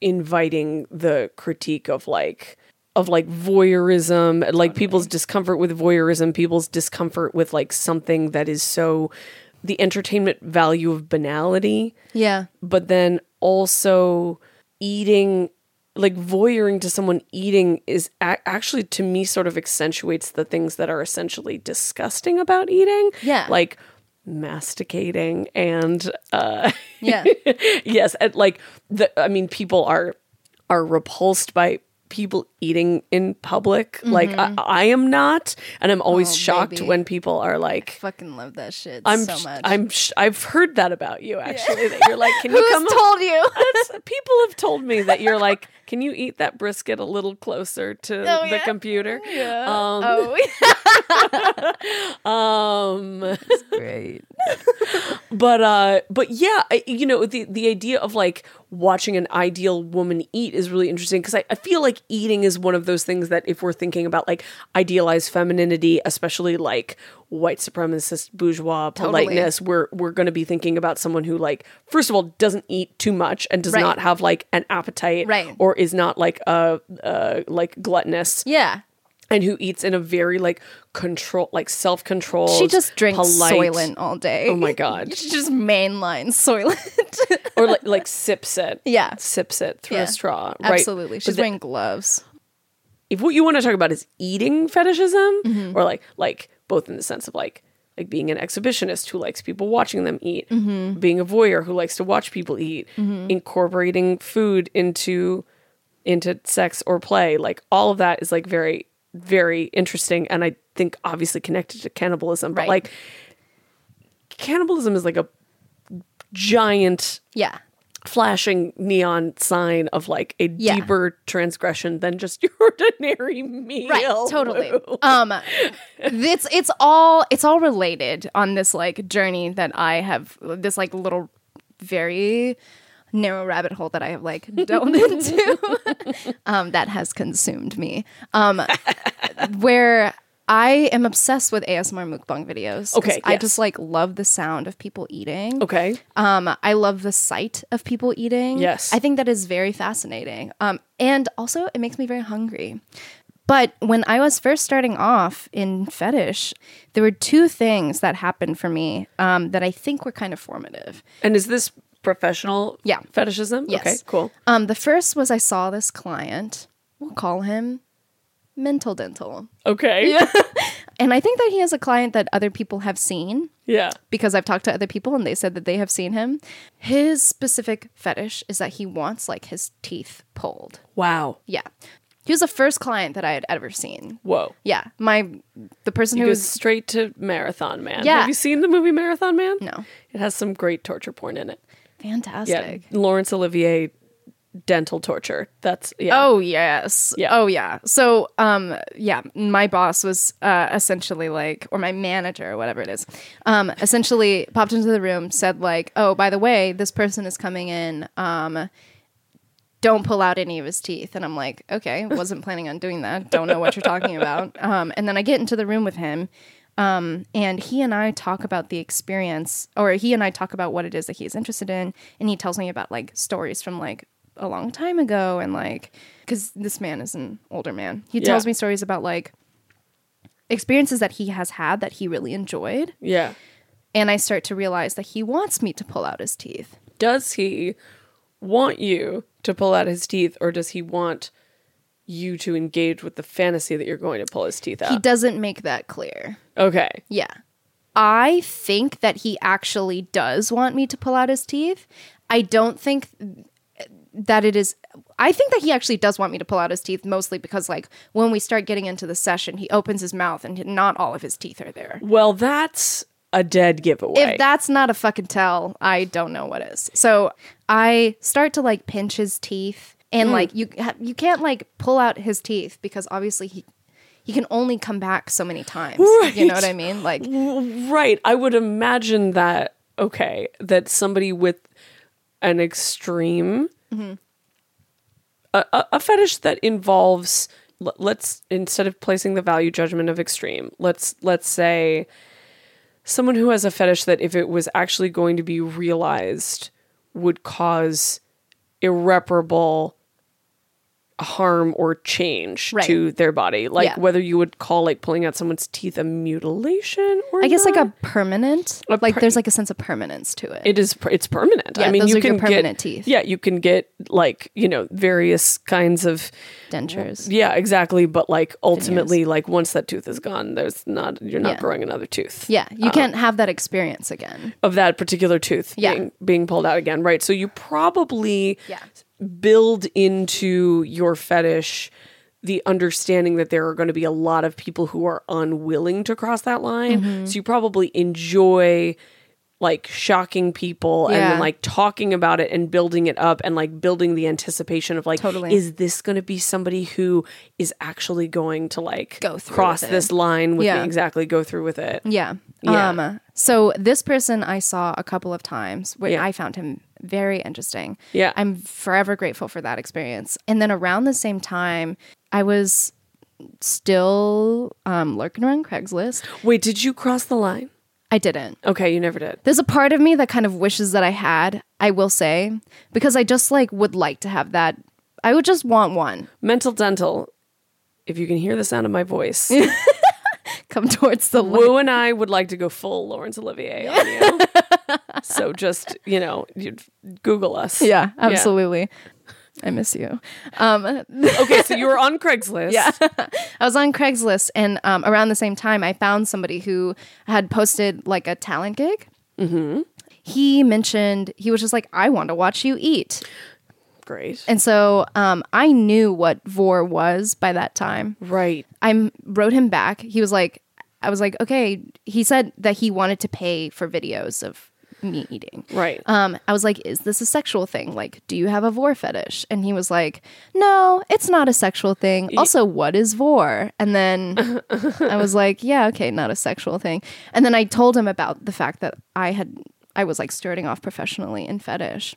Speaker 1: inviting the critique of like of like voyeurism and, like people's discomfort with voyeurism people's discomfort with like something that is so the entertainment value of banality
Speaker 2: Yeah.
Speaker 1: but then also eating like voyeuring to someone eating is a- actually to me sort of accentuates the things that are essentially disgusting about eating
Speaker 2: Yeah.
Speaker 1: like masticating and uh
Speaker 2: Yeah.
Speaker 1: yes and like the i mean people are are repulsed by people eating in public like I, I am not and i'm always
Speaker 2: Mm-hmm. Oh,
Speaker 1: shocked
Speaker 2: baby.
Speaker 1: when people are like
Speaker 2: Fucking love that shit
Speaker 1: I'm
Speaker 2: so much.
Speaker 1: I'm sh- I've heard that about you actually that you're like can you
Speaker 2: Who's
Speaker 1: come
Speaker 2: told you?
Speaker 1: that's- people have told me that you're like, can you eat that brisket a little closer to
Speaker 2: Oh,
Speaker 1: the
Speaker 2: yeah.
Speaker 1: computer? Um,
Speaker 2: oh,
Speaker 1: um,
Speaker 2: great.
Speaker 1: but uh, but yeah, I, you know the the idea of like watching an ideal woman eat is really interesting because I, I feel like eating is one of those things that if we're thinking about like idealized femininity, especially like white supremacist bourgeois
Speaker 2: Totally.
Speaker 1: politeness, we're we're going to be thinking about someone who like first of all doesn't eat too much and does
Speaker 2: Right.
Speaker 1: not have like an appetite
Speaker 2: Right.
Speaker 1: or is not like a uh, like gluttonous
Speaker 2: Yeah.
Speaker 1: and who eats in a very like control like self control.
Speaker 2: She just drinks Soylent all day.
Speaker 1: Oh my god.
Speaker 2: She just mainlines Soylent.
Speaker 1: or like like sips it.
Speaker 2: Yeah.
Speaker 1: Sips it through
Speaker 2: Yeah.
Speaker 1: a straw. Right.
Speaker 2: Absolutely.
Speaker 1: But
Speaker 2: She's
Speaker 1: the-
Speaker 2: wearing gloves.
Speaker 1: if what you want to talk about is eating fetishism or like like both in the sense of like like being an exhibitionist who likes people watching them eat, being a voyeur who likes to watch people eat, incorporating food into into sex or play, like all of that is like very very interesting and I think obviously connected to cannibalism, but
Speaker 2: Right.
Speaker 1: like cannibalism is like a giant
Speaker 2: Yeah.
Speaker 1: flashing neon sign of like a
Speaker 2: Yeah.
Speaker 1: deeper transgression than just your ordinary meal.
Speaker 2: Right. Totally. Um it's it's all it's all related on this like journey that I have this like little very narrow rabbit hole that I have like delved into um that has consumed me. Um where I am obsessed with ASMR mukbang videos. 'cause
Speaker 1: Okay,
Speaker 2: I
Speaker 1: yes.
Speaker 2: just like love the sound of people eating.
Speaker 1: Okay.
Speaker 2: Um, I love the sight of people eating.
Speaker 1: Yes.
Speaker 2: I think that is very fascinating. Um, and also, it makes me very hungry. But when I was first starting off in fetish, there were two things that happened for me um, that I think were kind of formative.
Speaker 1: And is this professional
Speaker 2: Yeah.
Speaker 1: fetishism?
Speaker 2: Yes.
Speaker 1: Okay, cool.
Speaker 2: Um, the first was I saw this client, we'll call him Mental Dental.
Speaker 1: Okay. Yeah.
Speaker 2: And I think that he is a client that other people have seen. because I've talked to other people and they said that they have seen him. His specific fetish is that he wants like his teeth pulled.
Speaker 1: Wow.
Speaker 2: Yeah. He was the first client that I had ever seen.
Speaker 1: Whoa.
Speaker 2: Yeah. My the person
Speaker 1: It
Speaker 2: who
Speaker 1: goes
Speaker 2: was
Speaker 1: straight to Marathon Man.
Speaker 2: Yeah.
Speaker 1: Have you seen the movie Marathon Man?
Speaker 2: No.
Speaker 1: It has some great torture porn in it.
Speaker 2: fantastic.
Speaker 1: Yeah. Laurence Olivier dental torture. That's yeah.
Speaker 2: Oh yes.
Speaker 1: Yeah.
Speaker 2: Oh yeah. So um yeah, my boss was uh, essentially like or my manager or whatever it is. Um essentially popped into the room said like, "Oh, by the way, this person is coming in. Um don't pull out any of his teeth." And I'm like, "Okay, wasn't planning on doing that. Don't know what you're talking about." Um and then I get into the room with him and he and I talk about the experience, or he and I talk about what it is that he's interested in, and he tells me about like stories from like a long time ago, and like because this man is an older man, he tells me stories about like experiences that he has had that he really enjoyed,
Speaker 1: Yeah.
Speaker 2: and I start to realize that he wants me to pull out his teeth.
Speaker 1: Does he want you to pull out his teeth or does he want you to engage with the fantasy that you're going to pull his teeth
Speaker 2: He
Speaker 1: out?
Speaker 2: doesn't make that clear.
Speaker 1: okay.
Speaker 2: Yeah. I think that he actually does want me to pull out his teeth. I don't think that it is I think that he actually does want me to pull out his teeth mostly because like when we start getting into the session, he opens his mouth and not all of his teeth are there.
Speaker 1: Well, that's a dead giveaway.
Speaker 2: If that's not a fucking tell, I don't know what is. So I start to like pinch his teeth, and like you ha- you can't like pull out his teeth because obviously he he can only come back so many times. You know what I mean? Like
Speaker 1: Right. I would imagine that, okay, that somebody with an extreme,
Speaker 2: Mm-hmm.
Speaker 1: a, a, a fetish that involves, l- let's, instead of placing the value judgment of extreme, let's, let's say someone who has a fetish that if it was actually going to be realized would cause irreparable harm or change
Speaker 2: Right.
Speaker 1: to their body like
Speaker 2: Yeah.
Speaker 1: whether you would call like pulling out someone's teeth a mutilation or
Speaker 2: I guess like
Speaker 1: not?
Speaker 2: a permanent,
Speaker 1: A
Speaker 2: like
Speaker 1: per-
Speaker 2: there's like a sense of permanence to it.
Speaker 1: it is per- it's permanent. I
Speaker 2: Yeah,
Speaker 1: mean,
Speaker 2: those
Speaker 1: you
Speaker 2: are your
Speaker 1: can get
Speaker 2: permanent teeth.
Speaker 1: Yeah, you can get like you know various kinds of
Speaker 2: Dentures.
Speaker 1: yeah, exactly. But like ultimately, like once that tooth is gone, there's not you're not
Speaker 2: Yeah.
Speaker 1: growing another tooth.
Speaker 2: Yeah, you can't have that experience again.
Speaker 1: of that particular tooth
Speaker 2: Yeah.
Speaker 1: being being pulled out again, right? So you probably
Speaker 2: Yeah.
Speaker 1: build into your fetish the understanding that there are going to be a lot of people who are unwilling to cross that line.
Speaker 2: Mm-hmm.
Speaker 1: So you probably enjoy like shocking people and then
Speaker 2: Yeah.
Speaker 1: like talking about it and building it up and like building the anticipation of like
Speaker 2: Totally.
Speaker 1: is this going to be somebody who is actually going to like
Speaker 2: Go through
Speaker 1: cross
Speaker 2: with it.
Speaker 1: this line with me
Speaker 2: Yeah.
Speaker 1: exactly go through with it
Speaker 2: Yeah.
Speaker 1: Yeah.
Speaker 2: Um, so this person I saw a couple of times where
Speaker 1: Yeah.
Speaker 2: I found him very interesting.
Speaker 1: Yeah.
Speaker 2: I'm forever grateful for that experience. And then around the same time, I was still um, lurking around Craigslist.
Speaker 1: wait did you cross the line
Speaker 2: I didn't.
Speaker 1: okay you never did
Speaker 2: There's a part of me that kind of wishes that I had, I will say, because I just like would like to have that. I would just want one
Speaker 1: Mental Dental, if you can hear the sound of my voice,
Speaker 2: come towards the light.
Speaker 1: Wu and I would like to go full Laurence Olivier on you. so just, you know, you'd Google us.
Speaker 2: Yeah, absolutely. I miss you. Um,
Speaker 1: Okay, so you were on Craigslist. Yeah.
Speaker 2: I was on Craigslist, and um, around the same time, I found somebody who had posted like a talent gig. Mm-hmm. He mentioned he was just like, "I want to watch you eat,"
Speaker 1: Great.
Speaker 2: and so um, I knew what vor was by that time.
Speaker 1: Right.
Speaker 2: I m- wrote him back. He was like, "I was like, okay." He said that he wanted to pay for videos of me eating.
Speaker 1: Right.
Speaker 2: Um, I was like, is this a sexual thing? Like, do you have a vor fetish? And he was like, no, it's not a sexual thing. Also, what is vor? And then I was like, yeah, okay, not a sexual thing. And then I told him about the fact that I had, I was like starting off professionally in fetish.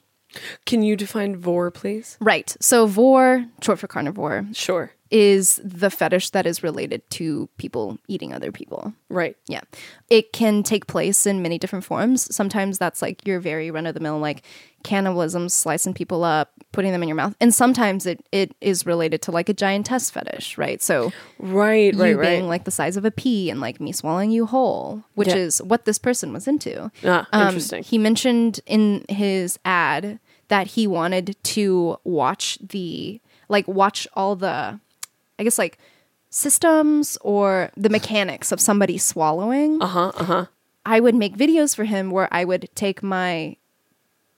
Speaker 1: Can you define vor, please?
Speaker 2: Right. So, vor, short for carnivore,
Speaker 1: Sure.
Speaker 2: is the fetish that is related to people eating other people.
Speaker 1: Right.
Speaker 2: Yeah. It can take place in many different forms. Sometimes that's like your very run of the mill, like cannibalism, slicing people up, putting them in your mouth. And sometimes it, it is related to like a giantess fetish, right? So
Speaker 1: Right, right,
Speaker 2: you
Speaker 1: right.
Speaker 2: being like the size of a pea and like me swallowing you whole, which
Speaker 1: Yeah.
Speaker 2: is what this person was into.
Speaker 1: Ah, interesting.
Speaker 2: Um, He mentioned in his ad that he wanted to watch the like watch all the I guess like systems or the mechanics of somebody swallowing. Uh-huh. Uh-huh. I would make videos for him where I would take my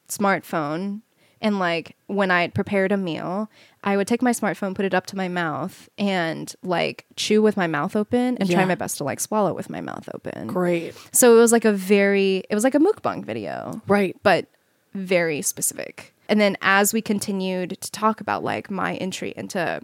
Speaker 2: smartphone and like when I had prepared a meal, I would take my smartphone, put it up to my mouth and like chew with my mouth open and try
Speaker 1: Yeah.
Speaker 2: my best to like swallow with my mouth open.
Speaker 1: Great.
Speaker 2: So it was like a very, it was like a mukbang video,
Speaker 1: Right.
Speaker 2: but very specific. And then as we continued to talk about like my entry into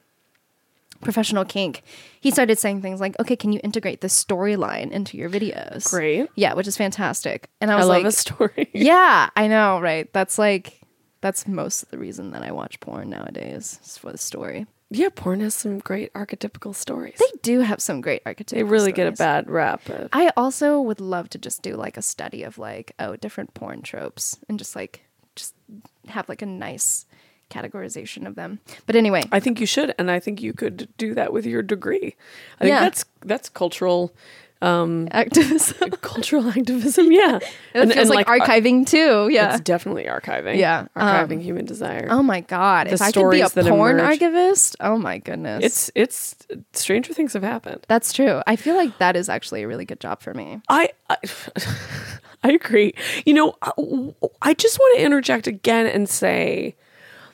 Speaker 2: professional kink, he started saying things like, "Okay, can you integrate this storyline into your videos?"
Speaker 1: Great.
Speaker 2: Yeah, which is fantastic. And I
Speaker 1: I
Speaker 2: was
Speaker 1: love
Speaker 2: like,
Speaker 1: a story.
Speaker 2: "Yeah, I know, right? That's like that's most of the reason that I watch porn nowadays is for the story.
Speaker 1: Yeah, porn has some great archetypical stories.
Speaker 2: They do have some great archetypes.
Speaker 1: They really get a bad rap. uh,
Speaker 2: I also would love to just do like a study of like oh different porn tropes and just like just have like a nice categorization of them. But anyway,
Speaker 1: I think you should, and I think you could do that with your degree. I think
Speaker 2: Yeah.
Speaker 1: that's that's cultural um,
Speaker 2: activism.
Speaker 1: cultural activism. Yeah,
Speaker 2: It feels like, archiving too. Yeah.
Speaker 1: It's definitely archiving.
Speaker 2: Yeah, um,
Speaker 1: archiving human desire.
Speaker 2: Oh my god!
Speaker 1: the
Speaker 2: If I could be a
Speaker 1: stories that
Speaker 2: porn
Speaker 1: emerge.
Speaker 2: archivist, oh my goodness!
Speaker 1: it's it's stranger things have happened.
Speaker 2: that's true. I feel like that is actually a really good job for me.
Speaker 1: I, I I agree. You know, I- I just want to interject again and say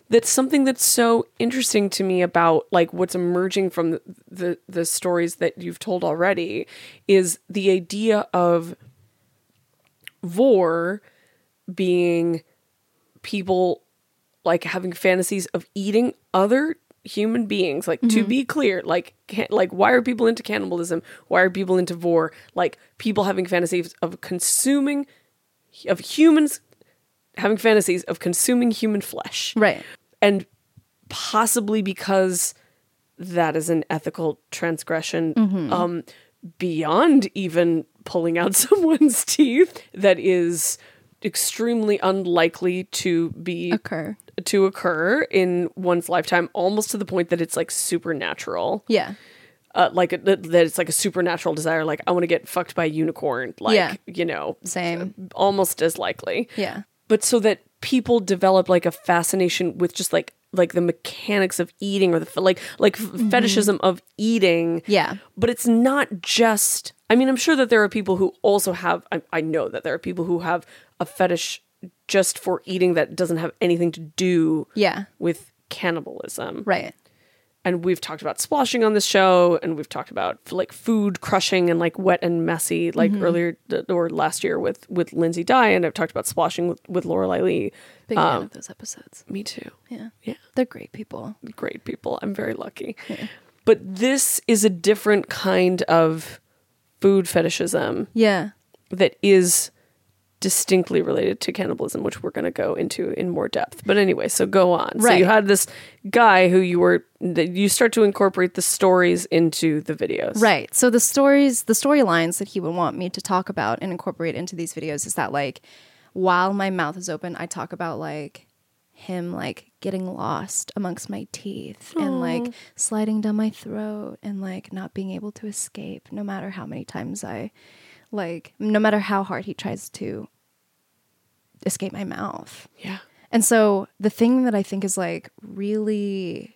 Speaker 1: that something that's so interesting to me about like what's emerging from the the, the stories that you've told already is the idea of vor being people like having fantasies of eating other human beings like to be clear like can, like why are people into cannibalism why are people into vor like people having fantasies of consuming of humans having fantasies of consuming human flesh
Speaker 2: Right.
Speaker 1: and possibly because that is an ethical transgression
Speaker 2: Mm-hmm.
Speaker 1: um, beyond even pulling out someone's teeth that is extremely unlikely to be
Speaker 2: Occur.
Speaker 1: to occur in one's lifetime almost to the point that it's like supernatural
Speaker 2: Yeah.
Speaker 1: uh, like that that it's like a supernatural desire like i want to get fucked by a unicorn like
Speaker 2: Yeah.
Speaker 1: you know
Speaker 2: Same.
Speaker 1: almost as likely
Speaker 2: Yeah.
Speaker 1: but so that people develop like a fascination with just like like the mechanics of eating or the f- like like f fetishism of eating
Speaker 2: Mm-hmm. Yeah.
Speaker 1: but it's not just i mean i'm sure that there are people who also have i, I know that there are people who have a fetish just for eating that doesn't have anything to do
Speaker 2: Yeah.
Speaker 1: with cannibalism
Speaker 2: Right.
Speaker 1: and we've talked about splashing on this show and we've talked about like food crushing and like wet and messy like
Speaker 2: Mm-hmm.
Speaker 1: earlier th- or last year with with lindsay dye and i've talked about splashing with, with lorelei lee
Speaker 2: Big fan of those episodes.
Speaker 1: me too
Speaker 2: Yeah.
Speaker 1: Um, yeah
Speaker 2: They're great people.
Speaker 1: great people i'm very lucky but this is a different kind of food fetishism
Speaker 2: Yeah.
Speaker 1: that is distinctly related to cannibalism which we're going to go into in more depth but anyway so go on so you
Speaker 2: Right.
Speaker 1: had this guy who you were that you start to incorporate the stories into the videos
Speaker 2: Right. So the stories, the storylines that he would want me to talk about and incorporate into these videos is that like while my mouth is open, I talk about like him like getting lost amongst my teeth and like sliding down my throat and like not being able to escape no matter how many times I like no matter how hard he tries to escape my mouth.
Speaker 1: yeah
Speaker 2: And so the thing that I think is like really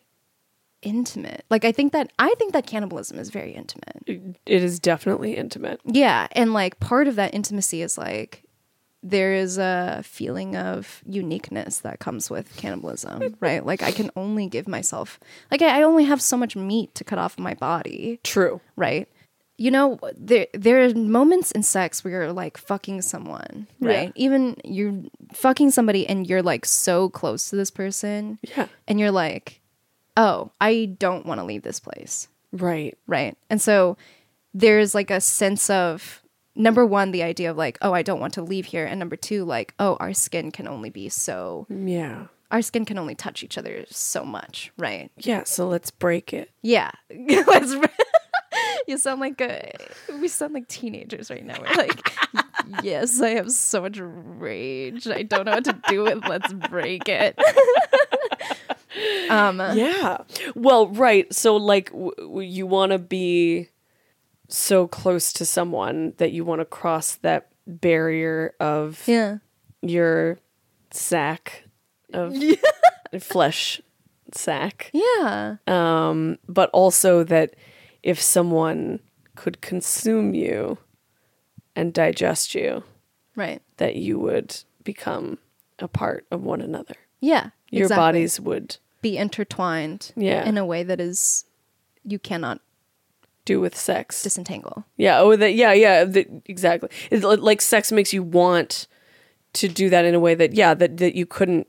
Speaker 2: intimate. Like I think that I think that cannibalism is very intimate.
Speaker 1: it is definitely intimate
Speaker 2: Yeah, and like part of that intimacy is like there is a feeling of uniqueness that comes with cannibalism, right? Like I can only give myself like I I only have so much meat to cut off my body
Speaker 1: true
Speaker 2: right? You know, there there are moments in sex where you're like fucking someone, right? Even you're fucking somebody and you're like so close to this person.
Speaker 1: Yeah.
Speaker 2: And you're like, "Oh, I don't want to leave this place."
Speaker 1: right
Speaker 2: Right? And so there's like a sense of number 1 the idea of like, "Oh, I don't want to leave here." And number 2 like, "Oh, our skin can only be so
Speaker 1: yeah
Speaker 2: our skin can only touch each other so much, right?"
Speaker 1: yeah so let's break it
Speaker 2: Yeah. Let's- you sound like a, we sound like teenagers right now. We're like, yes, I have so much rage. I don't know what to do with. Let's break it. um,
Speaker 1: yeah well right so like w- w- you want to be so close to someone that you want to cross that barrier of
Speaker 2: yeah.
Speaker 1: your sack of flesh sack
Speaker 2: Yeah.
Speaker 1: um but also that if someone could consume you and digest you
Speaker 2: Right.
Speaker 1: that you would become a part of one another.
Speaker 2: Yeah.
Speaker 1: Your
Speaker 2: exactly.
Speaker 1: bodies would
Speaker 2: be intertwined
Speaker 1: Yeah.
Speaker 2: in a way that is, you cannot
Speaker 1: do with sex.
Speaker 2: disentangle.
Speaker 1: yeah. Oh, that. Yeah. Yeah. The, exactly. It's li- like sex makes you want to do that in a way that yeah that that you couldn't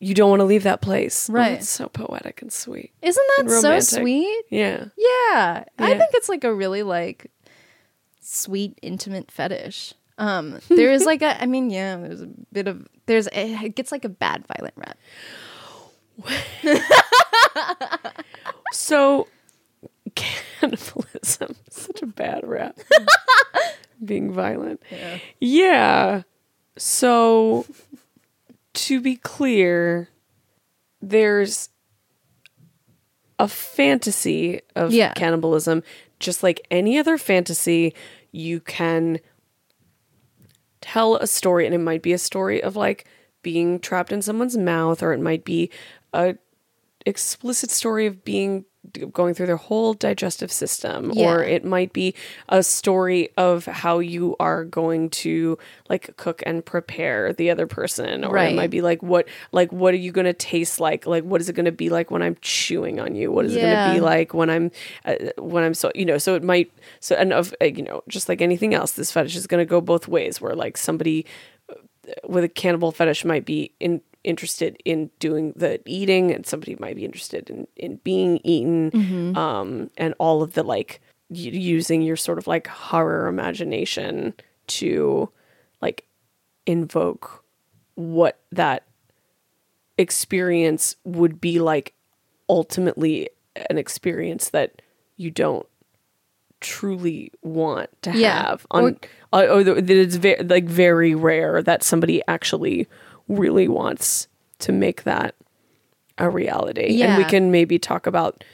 Speaker 1: you don't want to leave that place Oh,
Speaker 2: Right.
Speaker 1: it's so poetic and sweet
Speaker 2: Isn't that
Speaker 1: and
Speaker 2: so
Speaker 1: romantic.
Speaker 2: sweet?
Speaker 1: yeah
Speaker 2: Yeah. I
Speaker 1: Yeah.
Speaker 2: think it's like a really like sweet intimate fetish. Um there is like a I mean yeah, there's a bit of there's it gets like a bad violent rep.
Speaker 1: so cannibalism such a bad rap being violent yeah. so to be clear there's a fantasy of
Speaker 2: Yeah.
Speaker 1: cannibalism just like any other fantasy you can tell a story and it might be a story of like being trapped in someone's mouth or it might be a explicit story of being going through their whole digestive system or
Speaker 2: Yeah.
Speaker 1: it might be a story of how you are going to like cook and prepare the other person or it
Speaker 2: Right.
Speaker 1: might be like what like what are you going to taste like like what is it going to be like when i'm chewing on you what is it going to
Speaker 2: Yeah.
Speaker 1: be like when i'm uh, when i'm so you know so it might so and of uh, you know just like anything else this fetish is going to go both ways where like somebody uh, with a cannibal fetish might be in, interested in doing the eating and somebody might be interested in, in being eaten um, and all of the like y- using your sort of like horror imagination to like invoke what that experience would be like ultimately an experience that you don't truly want to
Speaker 2: Yeah.
Speaker 1: have on uh, oh, that it's ve- like very rare that somebody actually really wants to make that a reality and we
Speaker 2: Yeah.
Speaker 1: can maybe talk about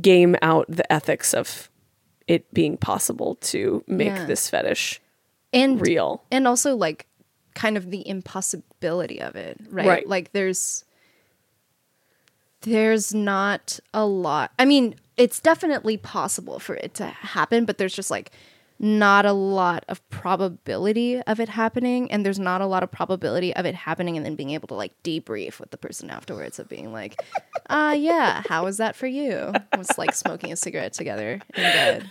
Speaker 1: game out the ethics of it being possible to make
Speaker 2: Yeah.
Speaker 1: this fetish
Speaker 2: And
Speaker 1: real
Speaker 2: and also like kind of the impossibility of it right?
Speaker 1: Right.
Speaker 2: like there's there's not a lot i mean it's definitely possible for it to happen but there's just like not a lot of probability of it happening and there's not a lot of probability of it happening and then being able to like debrief with the person afterwards of being like uh yeah how was that for you it's like smoking a cigarette together in bed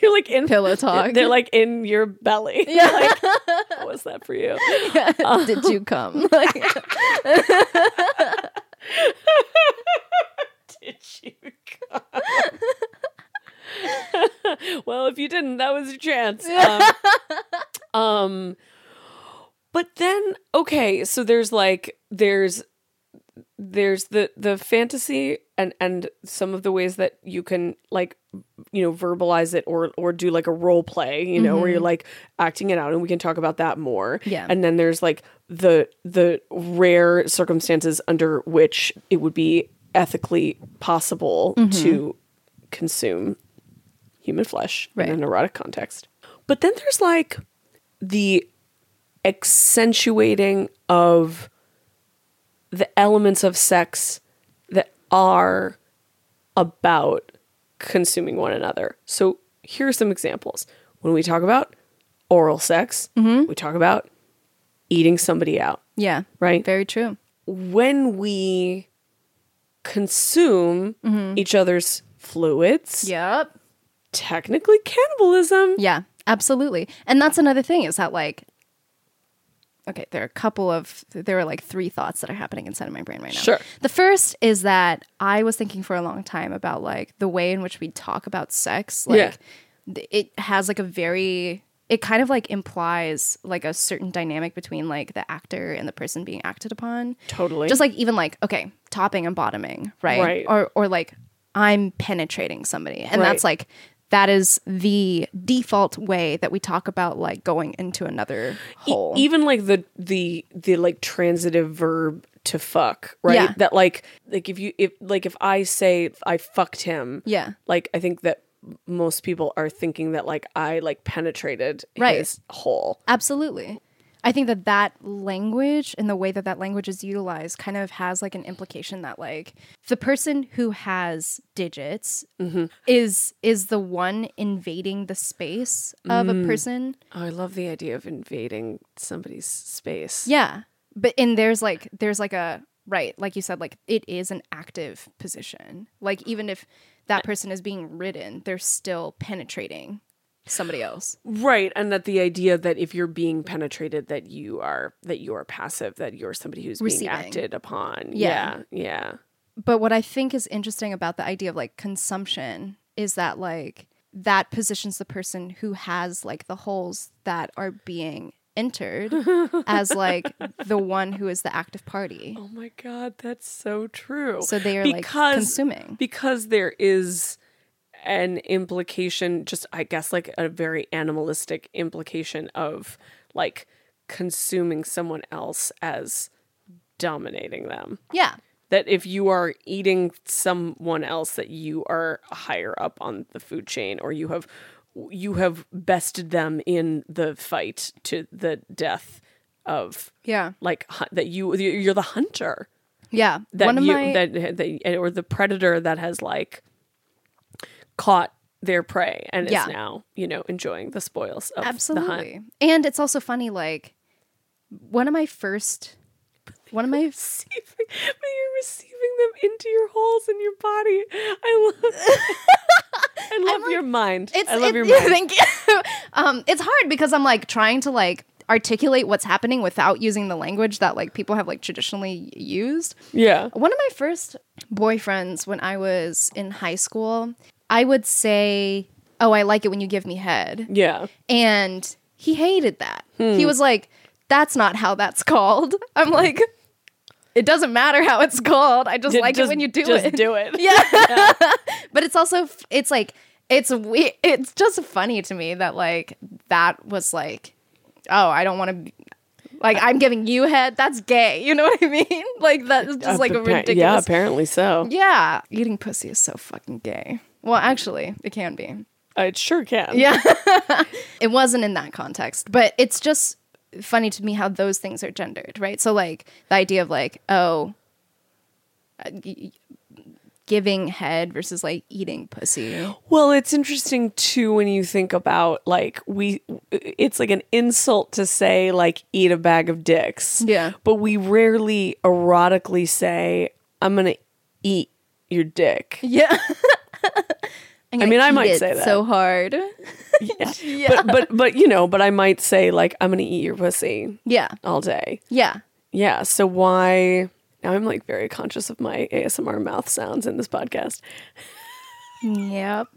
Speaker 1: You're like in
Speaker 2: Pillow talk.
Speaker 1: They're like in your belly. Yeah. like, what was that for you?
Speaker 2: did you come like
Speaker 1: Did you come? well, if you didn't, that was your chance. Um, um, but then okay, so there's like there's there's the the fantasy and and some of the ways that you can like you know verbalize it or or do like a role play you know where you're like acting it out and we can talk about that more
Speaker 2: Yeah.
Speaker 1: and then there's like the the rare circumstances under which it would be ethically possible to consume human flesh
Speaker 2: Right.
Speaker 1: in an erotic context but then there's like the accentuating of the elements of sex that are about consuming one another. So here are some examples. When we talk about oral sex, we talk about eating somebody out,
Speaker 2: yeah
Speaker 1: right?
Speaker 2: very true
Speaker 1: When we consume each other's fluids,
Speaker 2: yep
Speaker 1: technically cannibalism.
Speaker 2: Yeah, absolutely. And that's another thing is that like okay, there are a couple of there are like three thoughts that are happening inside of my brain right now.
Speaker 1: Sure.
Speaker 2: The first is that I was thinking for a long time about like the way in which we talk about sex. Like
Speaker 1: Yeah.
Speaker 2: th- it has like a very it kind of like implies like a certain dynamic between like the actor and the person being acted upon.
Speaker 1: Totally.
Speaker 2: Just like even like okay, topping and bottoming, right?
Speaker 1: Right.
Speaker 2: Or or like I'm penetrating somebody, and
Speaker 1: Right.
Speaker 2: that's like that is the default way that we talk about like going into another
Speaker 1: E-
Speaker 2: hole.
Speaker 1: even like the the the like transitive verb to fuck, right?
Speaker 2: Yeah.
Speaker 1: That like like if you if like if I say I fucked him,
Speaker 2: Yeah.
Speaker 1: Like I think that most people are thinking that like I like penetrated
Speaker 2: Right.
Speaker 1: his hole.
Speaker 2: Absolutely. I think that that language and the way that that language is utilized kind of has like an implication that like the person who has digits
Speaker 1: Mm-hmm.
Speaker 2: is is the one invading the space of a person.
Speaker 1: Oh, I love the idea of invading somebody's space.
Speaker 2: Yeah. But and there's like there's like a right, like you said, like it is an active position. Like even if that person is being ridden, they're still penetrating somebody else.
Speaker 1: Right, and that the idea that if you're being penetrated, that you are that you are passive, that you're somebody who's
Speaker 2: Receiving.
Speaker 1: being acted upon.
Speaker 2: Yeah.
Speaker 1: yeah, yeah.
Speaker 2: But what I think is interesting about the idea of like consumption is that like that positions the person who has like the holes that are being entered as like the one who is the active party.
Speaker 1: Oh my god, that's so true.
Speaker 2: So they are like consuming.
Speaker 1: because there is an implication, just I guess like a very animalistic implication of like consuming someone else as dominating them.
Speaker 2: Yeah.
Speaker 1: That if you are eating someone else, that you are higher up on the food chain, or you have you have bested them in the fight to the death of
Speaker 2: Yeah.
Speaker 1: like hu- that you you're the hunter
Speaker 2: Yeah.
Speaker 1: that
Speaker 2: one of
Speaker 1: you
Speaker 2: my
Speaker 1: that, that or the predator that has like caught their prey and
Speaker 2: Yeah.
Speaker 1: is now you know enjoying the spoils of the hunt.
Speaker 2: Absolutely. And it's also funny like one of my first one of my
Speaker 1: Receiving, but you're receiving them into your holes in your body. I love, I love your mind. I love
Speaker 2: it-
Speaker 1: your mind.
Speaker 2: Thank you. Um, it's hard because I'm like trying to like articulate what's happening without using the language that like people have like traditionally used.
Speaker 1: Yeah,
Speaker 2: One of my first boyfriends when I was in high school, I would say, "Oh, I like it when you give me head,"
Speaker 1: yeah.
Speaker 2: and he hated that.
Speaker 1: Hmm.
Speaker 2: He was like, "That's not how that's called." I'm like. It doesn't matter how it's called. I just like
Speaker 1: Just-
Speaker 2: it when you do
Speaker 1: just
Speaker 2: it
Speaker 1: do it.
Speaker 2: but it's also f- it's like it's we it's just funny to me that like that was like oh i don't want to like i'm giving you head that's gay you know what i mean like that is just like a
Speaker 1: Appa- Yeah,
Speaker 2: ridiculous yeah,
Speaker 1: apparently so.
Speaker 2: eating pussy is so fucking gay well actually it can be
Speaker 1: It sure can.
Speaker 2: yeah it wasn't in that context but it's just funny to me how those things are gendered right so like the idea of like oh uh, y- y- giving head versus like eating pussy
Speaker 1: Well, it's interesting too when you think about like we it's like an insult to say like eat a bag of dicks.
Speaker 2: Yeah.
Speaker 1: But we rarely erotically say I'm going to eat your dick.
Speaker 2: Yeah. i
Speaker 1: mean, I might say that.
Speaker 2: so hard.
Speaker 1: But but but you know, but I might say like I'm going to eat your pussy
Speaker 2: Yeah,
Speaker 1: all day.
Speaker 2: yeah.
Speaker 1: Yeah, so why now I'm like very conscious of my ASMR mouth sounds in this podcast.
Speaker 2: Yep.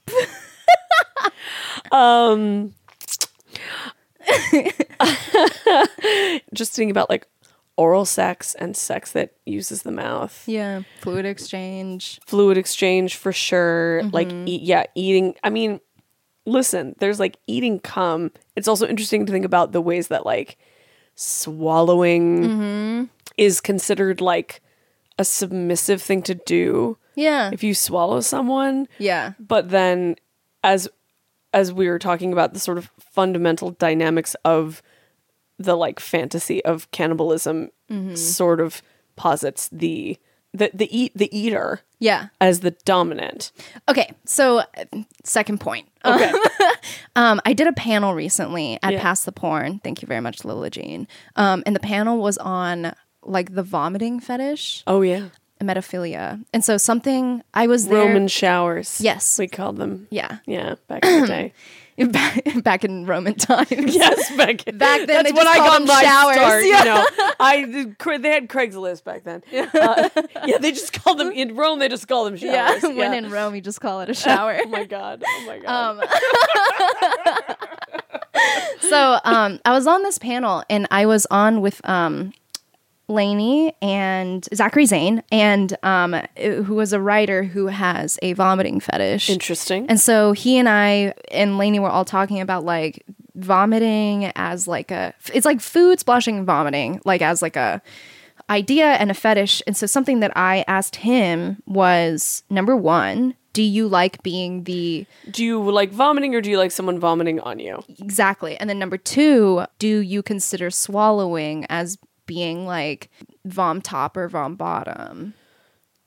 Speaker 1: Just thinking about like oral sex and sex that uses the mouth.
Speaker 2: Yeah. Fluid exchange.
Speaker 1: fluid exchange for sure. Like, eat, yeah, eating. I mean, listen, there's like eating cum. It's also interesting to think about the ways that like swallowing is considered like a submissive thing to do
Speaker 2: Yeah.
Speaker 1: if you swallow someone.
Speaker 2: Yeah.
Speaker 1: But then, as as we were talking about the sort of fundamental dynamics of the like fantasy of cannibalism, sort of posits the the the eat the eater
Speaker 2: Yeah.
Speaker 1: as the dominant.
Speaker 2: Okay. So, uh, second point.
Speaker 1: Okay.
Speaker 2: Um, I did a panel recently at
Speaker 1: Yeah.
Speaker 2: Pass the Porn. Thank you very much, Lila Jean. Um, and the panel was on like the vomiting fetish,
Speaker 1: oh yeah.
Speaker 2: metaphilia, and so something I was there.
Speaker 1: Roman showers.
Speaker 2: Yes.
Speaker 1: We called them.
Speaker 2: Yeah.
Speaker 1: Yeah, back in the day.
Speaker 2: Back, back in Roman times.
Speaker 1: yes, back in,
Speaker 2: Back then,
Speaker 1: That's
Speaker 2: they
Speaker 1: when
Speaker 2: just
Speaker 1: I
Speaker 2: called
Speaker 1: got
Speaker 2: them
Speaker 1: my
Speaker 2: showers.
Speaker 1: start.
Speaker 2: Yeah.
Speaker 1: You know, I did- cra- they had Craigslist back then. Uh, yeah, they just called them in Rome. They just called them
Speaker 2: Yeah.
Speaker 1: showers.
Speaker 2: when in Rome, you just call it a shower.
Speaker 1: Oh my god! Oh my god!
Speaker 2: so um, I was on this panel and I was on with um, Lainey and Zachary Zane, and um, who was a writer who has a vomiting fetish.
Speaker 1: Interesting.
Speaker 2: And so he and I and Lainey were all talking about like vomiting as like a it's like food splashing and vomiting like as like a idea and a fetish. And so something that I asked him was number one, do you like being the
Speaker 1: do you like vomiting or do you like someone vomiting on you?
Speaker 2: Exactly. And then number two, do you consider swallowing as being like vom top or vom bottom?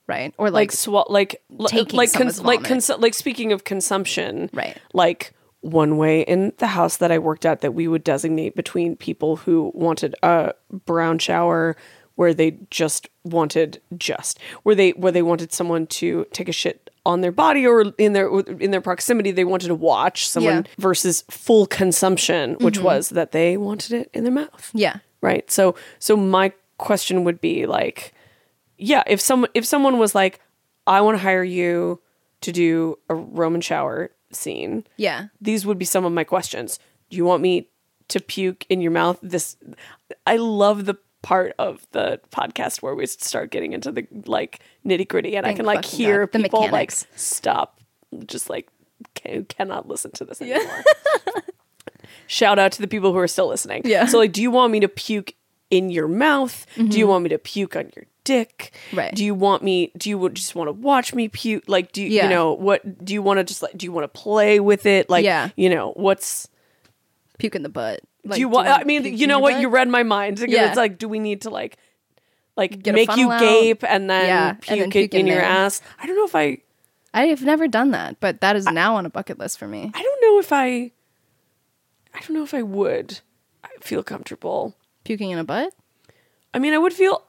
Speaker 2: Right? Or
Speaker 1: Like
Speaker 2: like,
Speaker 1: swa- like l-
Speaker 2: Taking
Speaker 1: like
Speaker 2: someone's
Speaker 1: like
Speaker 2: vomit.
Speaker 1: consu- like speaking of consumption.
Speaker 2: Right.
Speaker 1: Like one way in the house that I worked at that we would designate between people who wanted a brown shower where they just wanted just where they where they wanted someone to take a shit on their body or in their in their proximity they wanted to watch someone
Speaker 2: Yeah. Mm-hmm.
Speaker 1: versus full consumption which was that they wanted it in their mouth
Speaker 2: Yeah.
Speaker 1: right so so my question would be like yeah if some if someone was like i want to hire you to do a roman shower scene
Speaker 2: Yeah.
Speaker 1: these would be some of my questions. Do you want me to puke in your mouth? This, I love the part of the podcast where we start getting into the like nitty gritty, and I
Speaker 2: Thank
Speaker 1: can like
Speaker 2: fucking
Speaker 1: hear
Speaker 2: God, the
Speaker 1: people like
Speaker 2: mechanics.
Speaker 1: stop, just like can, cannot listen to this anymore. Shout out to the people who are still listening.
Speaker 2: Yeah.
Speaker 1: So like, do you want me to puke in your mouth? Do you want me to puke on your dick?
Speaker 2: Mm-hmm. Right.
Speaker 1: Do you want me? Do you just want to watch me puke? Like, do you,
Speaker 2: Yeah.
Speaker 1: you know what? Do you want to just like? Do you want to play with it? Like,
Speaker 2: Yeah.
Speaker 1: you know, what's
Speaker 2: Puke in the butt. Like,
Speaker 1: do you want? I mean,
Speaker 2: puke
Speaker 1: you
Speaker 2: in
Speaker 1: know
Speaker 2: your
Speaker 1: what?
Speaker 2: butt?
Speaker 1: You read my mind. Because
Speaker 2: Yeah.
Speaker 1: It's like, do we need to like, like
Speaker 2: Get a
Speaker 1: make you
Speaker 2: funnel out.
Speaker 1: gape and then
Speaker 2: Yeah, and
Speaker 1: puke,
Speaker 2: then
Speaker 1: it
Speaker 2: puke
Speaker 1: in,
Speaker 2: in
Speaker 1: your
Speaker 2: there.
Speaker 1: ass? I don't know if I.
Speaker 2: I have never done that, but that is now on a bucket list for me.
Speaker 1: I don't know if I. I don't know if I would I feel comfortable.
Speaker 2: Puking in a butt?
Speaker 1: I mean, I would feel.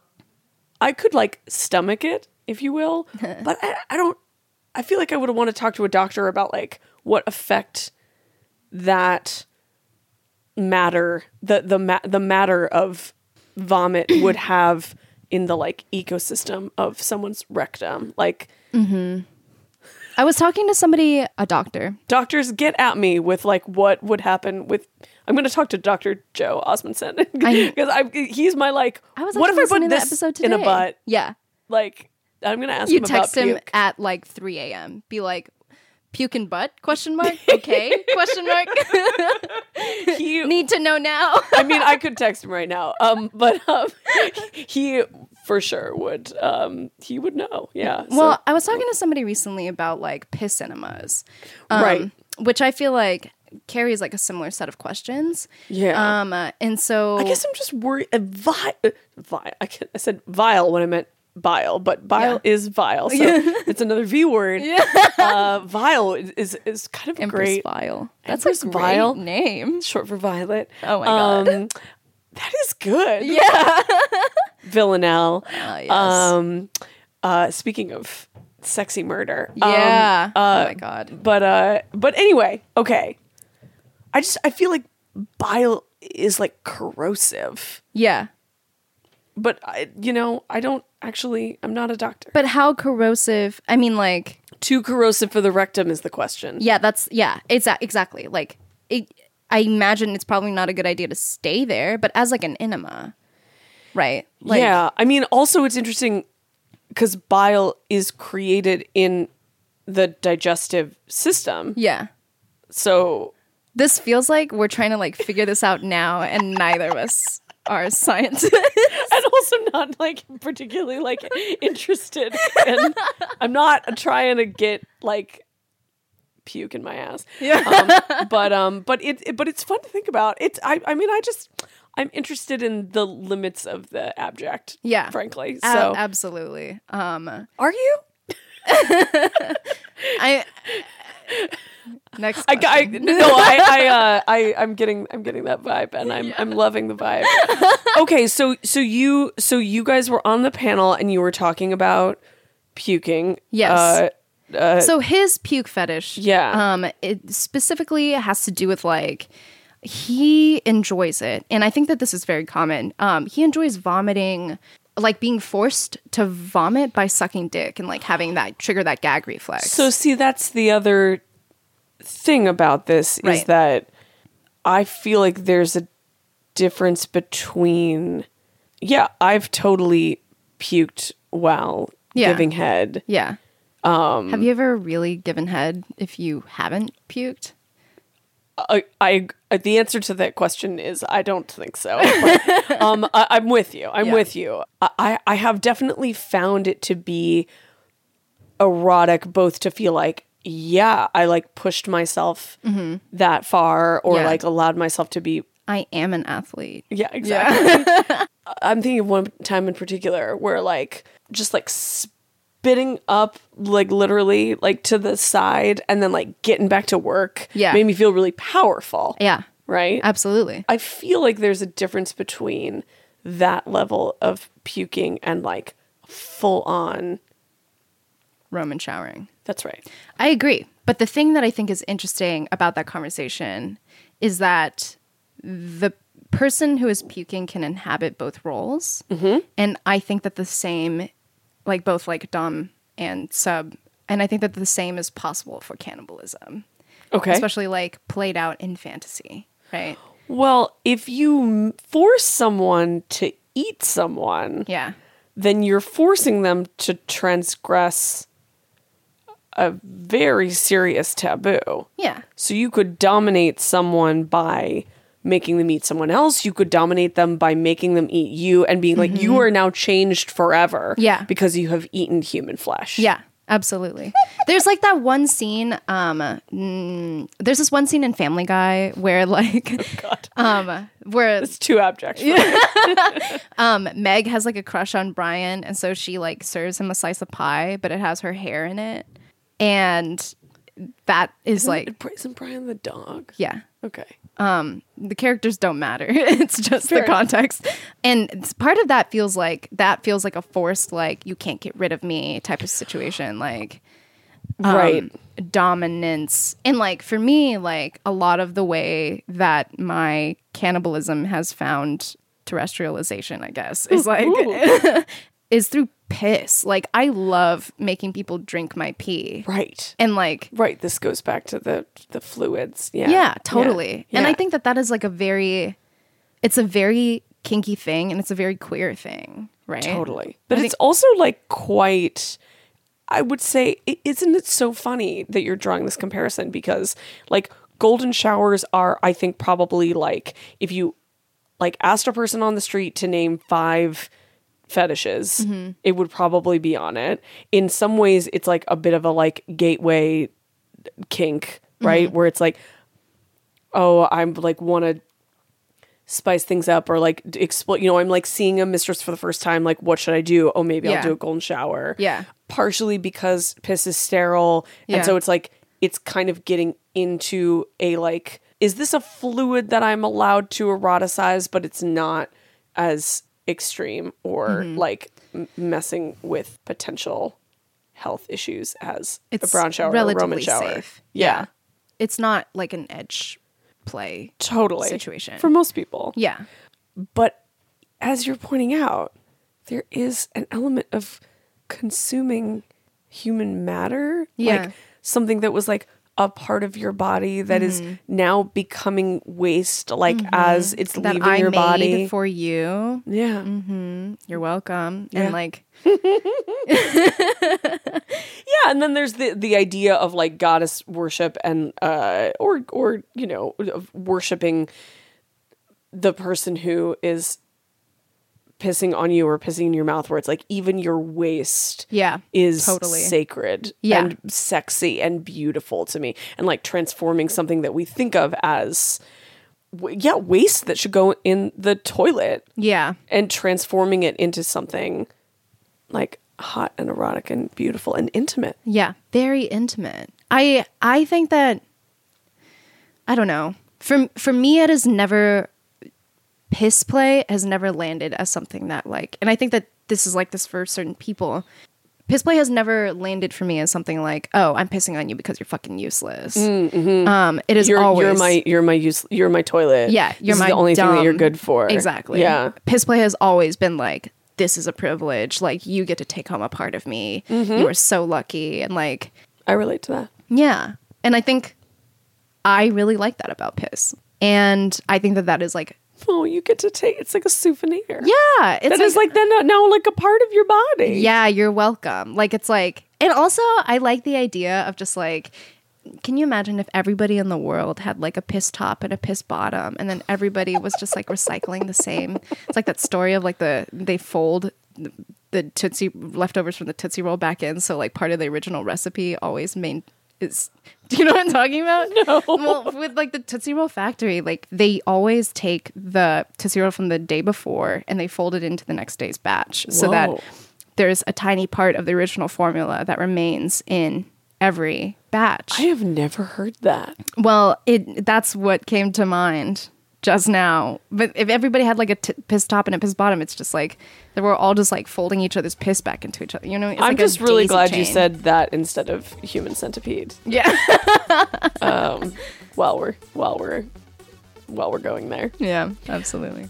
Speaker 1: I could like stomach it, if you will, but I, I don't. I feel like I would want to talk to a doctor about like what effect that matter the the ma- the matter of vomit would have in the like ecosystem of someone's rectum. Like
Speaker 2: I was talking to somebody, a doctor.
Speaker 1: doctors get at me with like what would happen with. I'm going to talk to Dr. Joe Osmondson
Speaker 2: I-
Speaker 1: because I, he's my like.
Speaker 2: I was
Speaker 1: what if I
Speaker 2: actually
Speaker 1: put
Speaker 2: listening to that
Speaker 1: this
Speaker 2: episode today.
Speaker 1: in a butt?
Speaker 2: Yeah.
Speaker 1: Like I'm going to ask
Speaker 2: You
Speaker 1: him
Speaker 2: text
Speaker 1: about
Speaker 2: him
Speaker 1: puke.
Speaker 2: at like 3 a.m. Be like, puke in butt? Question mark. Okay. question mark.
Speaker 1: he
Speaker 2: Need to know now.
Speaker 1: I mean, I could text him right now. Um, but um, he for sure would. Um, he would know. Yeah. so-
Speaker 2: Well, I was talking to somebody recently about like piss enemas, um,
Speaker 1: Right.
Speaker 2: Which I feel like carries like a similar set of questions.
Speaker 1: Yeah.
Speaker 2: Um, uh, and so
Speaker 1: I guess I'm just worried. Uh, vi- uh, vi- I, can- I said vile when I meant bile, but bile is vile, so it's another V word. Uh, vile is, is is kind of a
Speaker 2: Empress
Speaker 1: great,
Speaker 2: Vile. That's
Speaker 1: Empress
Speaker 2: a great
Speaker 1: Vile.
Speaker 2: name.
Speaker 1: short for violet.
Speaker 2: Oh my God.
Speaker 1: Um, that is good. Yeah. Villanelle.
Speaker 2: Uh, yes.
Speaker 1: Um, uh, speaking of sexy murder. um,
Speaker 2: yeah.
Speaker 1: uh,
Speaker 2: oh my god.
Speaker 1: but uh but anyway okay i just i feel like bile is like corrosive
Speaker 2: Yeah.
Speaker 1: but i you know i don't actually i'm not a doctor
Speaker 2: But how corrosive? I mean, like,
Speaker 1: too corrosive for the rectum is the question
Speaker 2: yeah, that's yeah, it's exactly like it, I imagine it's probably not a good idea to stay there, but as like an enema, right? Like,
Speaker 1: yeah i mean also it's interesting because bile is created in the digestive system
Speaker 2: yeah.
Speaker 1: so
Speaker 2: This feels like we're trying to like figure this out now, and neither of us are scientists.
Speaker 1: and also not like particularly like interested and i'm not trying to get like puke in my ass yeah um, but um but it, it- but it's fun to think about it's i i mean i just i'm interested in the limits of the abject
Speaker 2: Yeah.
Speaker 1: frankly so
Speaker 2: Ab- absolutely. Um,
Speaker 1: are you
Speaker 2: I next.
Speaker 1: I, I no I I uh, I I'm getting I'm getting that vibe and I'm I'm loving the vibe. Okay, so so you so you guys were on the panel and you were talking about puking.
Speaker 2: Yes.
Speaker 1: Uh,
Speaker 2: so his puke fetish
Speaker 1: Yeah.
Speaker 2: um it specifically has to do with like he enjoys it and i think that this is very common um he enjoys vomiting like being forced to vomit by sucking dick and like having that trigger that gag reflex
Speaker 1: So see, that's the other thing about this is
Speaker 2: Right.
Speaker 1: that I feel like there's a difference between yeah, I've totally puked while
Speaker 2: Yeah.
Speaker 1: giving head.
Speaker 2: yeah um have you ever really given head if you haven't puked
Speaker 1: I, I uh, the answer to that question is I don't think so. But, um, I, I'm with you. I'm
Speaker 2: Yeah.
Speaker 1: with you. I- I, I have definitely found it to be erotic, both to feel like yeah, I like pushed myself that far, or
Speaker 2: Mm-hmm. Yeah.
Speaker 1: like allowed myself to be
Speaker 2: i am an athlete
Speaker 1: yeah, exactly. I'm thinking of one time in particular where like just like spitting up like literally like to the side and then like getting back to work
Speaker 2: Yeah.
Speaker 1: made me feel really powerful.
Speaker 2: yeah
Speaker 1: Right?
Speaker 2: absolutely
Speaker 1: I feel like there's a difference between that level of puking and like full on
Speaker 2: Roman showering.
Speaker 1: That's right.
Speaker 2: I agree. But the thing that I think is interesting about that conversation is that the person who is puking can inhabit both roles. And I think that the same, like both like Dom and sub, and I think that the same is possible for cannibalism,
Speaker 1: Okay.
Speaker 2: especially like played out in fantasy, right?
Speaker 1: well, if you m- force someone to eat someone,
Speaker 2: Yeah.
Speaker 1: then you're forcing them to transgress a very serious taboo.
Speaker 2: Yeah.
Speaker 1: So you could dominate someone by making them eat someone else. You could dominate them by making them eat you and being like, you are now changed forever.
Speaker 2: Mm-hmm. Yeah.
Speaker 1: Because you have eaten human flesh.
Speaker 2: Yeah, absolutely. there's like that one scene. Um, mm, there's this one scene in Family Guy where like, um, where
Speaker 1: It's too abject. for me.
Speaker 2: um Meg has like a crush on Brian, and so she like serves him a slice of pie, but it has her hair in it, and that is like,
Speaker 1: Isn't Brian the dog?
Speaker 2: yeah.
Speaker 1: Okay.
Speaker 2: the characters don't matter. it's just the context. And it's, part of that feels like that feels like a forced like you can't get rid of me type of situation like um,
Speaker 1: Right.
Speaker 2: dominance. And like for me like a lot of the way that my cannibalism has found terrestrialization, I guess, is like is through piss. Like I love making people drink my pee.
Speaker 1: Right.
Speaker 2: And like
Speaker 1: Right. This goes back to the the fluids. Yeah.
Speaker 2: yeah, totally. And I
Speaker 1: Yeah.
Speaker 2: think that that is like a very, it's a very kinky thing and it's a very queer thing, right?
Speaker 1: Totally. But it's also like quite I would say i- isn't it so funny that you're drawing this comparison because like golden showers are I think probably like if you like asked a person on the street to name five fetishes, it would probably be on it. In some ways it's like a bit of a like gateway kink,
Speaker 2: Mm-hmm.
Speaker 1: right? Where it's like oh, I'm like want to spice things up or like d- explore you know i'm like seeing a mistress for the first time like what should i do oh maybe
Speaker 2: Yeah.
Speaker 1: i'll do a golden shower
Speaker 2: Yeah.
Speaker 1: partially because piss is sterile
Speaker 2: Yeah.
Speaker 1: and so it's like it's kind of getting into a like is this a fluid that i'm allowed to eroticize but it's not as extreme or
Speaker 2: Mm-hmm.
Speaker 1: like m- messing with potential health issues as
Speaker 2: It's
Speaker 1: a brown shower or a
Speaker 2: relatively
Speaker 1: roman shower
Speaker 2: safe.
Speaker 1: yeah,
Speaker 2: It's not like an edge play.
Speaker 1: totally
Speaker 2: Situation.
Speaker 1: for most people
Speaker 2: Yeah.
Speaker 1: But as you're pointing out, there is an element of consuming human matter.
Speaker 2: Yeah.
Speaker 1: Like something that was like a part of your body that is
Speaker 2: Mm-hmm.
Speaker 1: now becoming waste, like as it's
Speaker 2: That
Speaker 1: leaving
Speaker 2: I
Speaker 1: your
Speaker 2: made
Speaker 1: body.
Speaker 2: for you. Mm-hmm.
Speaker 1: yeah.
Speaker 2: You're welcome. And like,
Speaker 1: Yeah. And then there's the, the idea of like goddess worship and, uh, or, or, you know, of worshiping the person who is pissing on you or pissing in your mouth, where it's like even your waste
Speaker 2: yeah,
Speaker 1: is
Speaker 2: totally.
Speaker 1: sacred
Speaker 2: Yeah.
Speaker 1: and sexy and beautiful to me and like transforming something that we think of as w- yeah waste that should go in the toilet
Speaker 2: Yeah.
Speaker 1: and transforming it into something like hot and erotic and beautiful and intimate
Speaker 2: Yeah, very intimate. I I think that I don't know. For for me it has never piss play has never landed as something that like and I think that this is like this for certain people. Piss play has never landed for me as something like, "Oh, I'm pissing on you because you're fucking useless." Um it is
Speaker 1: Mm-hmm. you're,
Speaker 2: always
Speaker 1: you're my you're my use you're my toilet
Speaker 2: yeah, you're
Speaker 1: this
Speaker 2: my
Speaker 1: is the only thing that you're
Speaker 2: dumb-
Speaker 1: good for
Speaker 2: Exactly.
Speaker 1: yeah
Speaker 2: Piss play has always been like, this is a privilege. Like you get to take home a part of me.
Speaker 1: Mm-hmm.
Speaker 2: You are so lucky and like
Speaker 1: i relate to that
Speaker 2: yeah. And I think I really like that about piss. And I think that that is like,
Speaker 1: oh you get to take it's like a souvenir yeah
Speaker 2: yeah, it's
Speaker 1: that is like, then now- now like a part of your body
Speaker 2: yeah, you're welcome. Like, it's like, and also I like the idea of just like, can you imagine if everybody in the world had like a piss top and a piss bottom and then everybody was just like recycling the same? It's like that story of like the, they fold the- the Tootsie leftovers from the Tootsie Roll back in. So like part of the original recipe always main is, do you know what I'm talking about? No. Well, with like the Tootsie Roll factory, like they always take the Tootsie Roll from the day before and they fold it into the next day's batch so that
Speaker 1: Whoa.
Speaker 2: there's a tiny part of the original formula that remains in every batch.
Speaker 1: i have never heard that
Speaker 2: well, it that's what came to mind just now. But if everybody had like a t- piss top and a piss bottom, it's just like that we're all just like folding each other's piss back into each other. You know, it's
Speaker 1: I'm
Speaker 2: like a
Speaker 1: just really
Speaker 2: daisy
Speaker 1: glad you
Speaker 2: chain.
Speaker 1: said that instead of human centipede.
Speaker 2: yeah,
Speaker 1: Um, while we're while we're while we're going there.
Speaker 2: yeah, absolutely.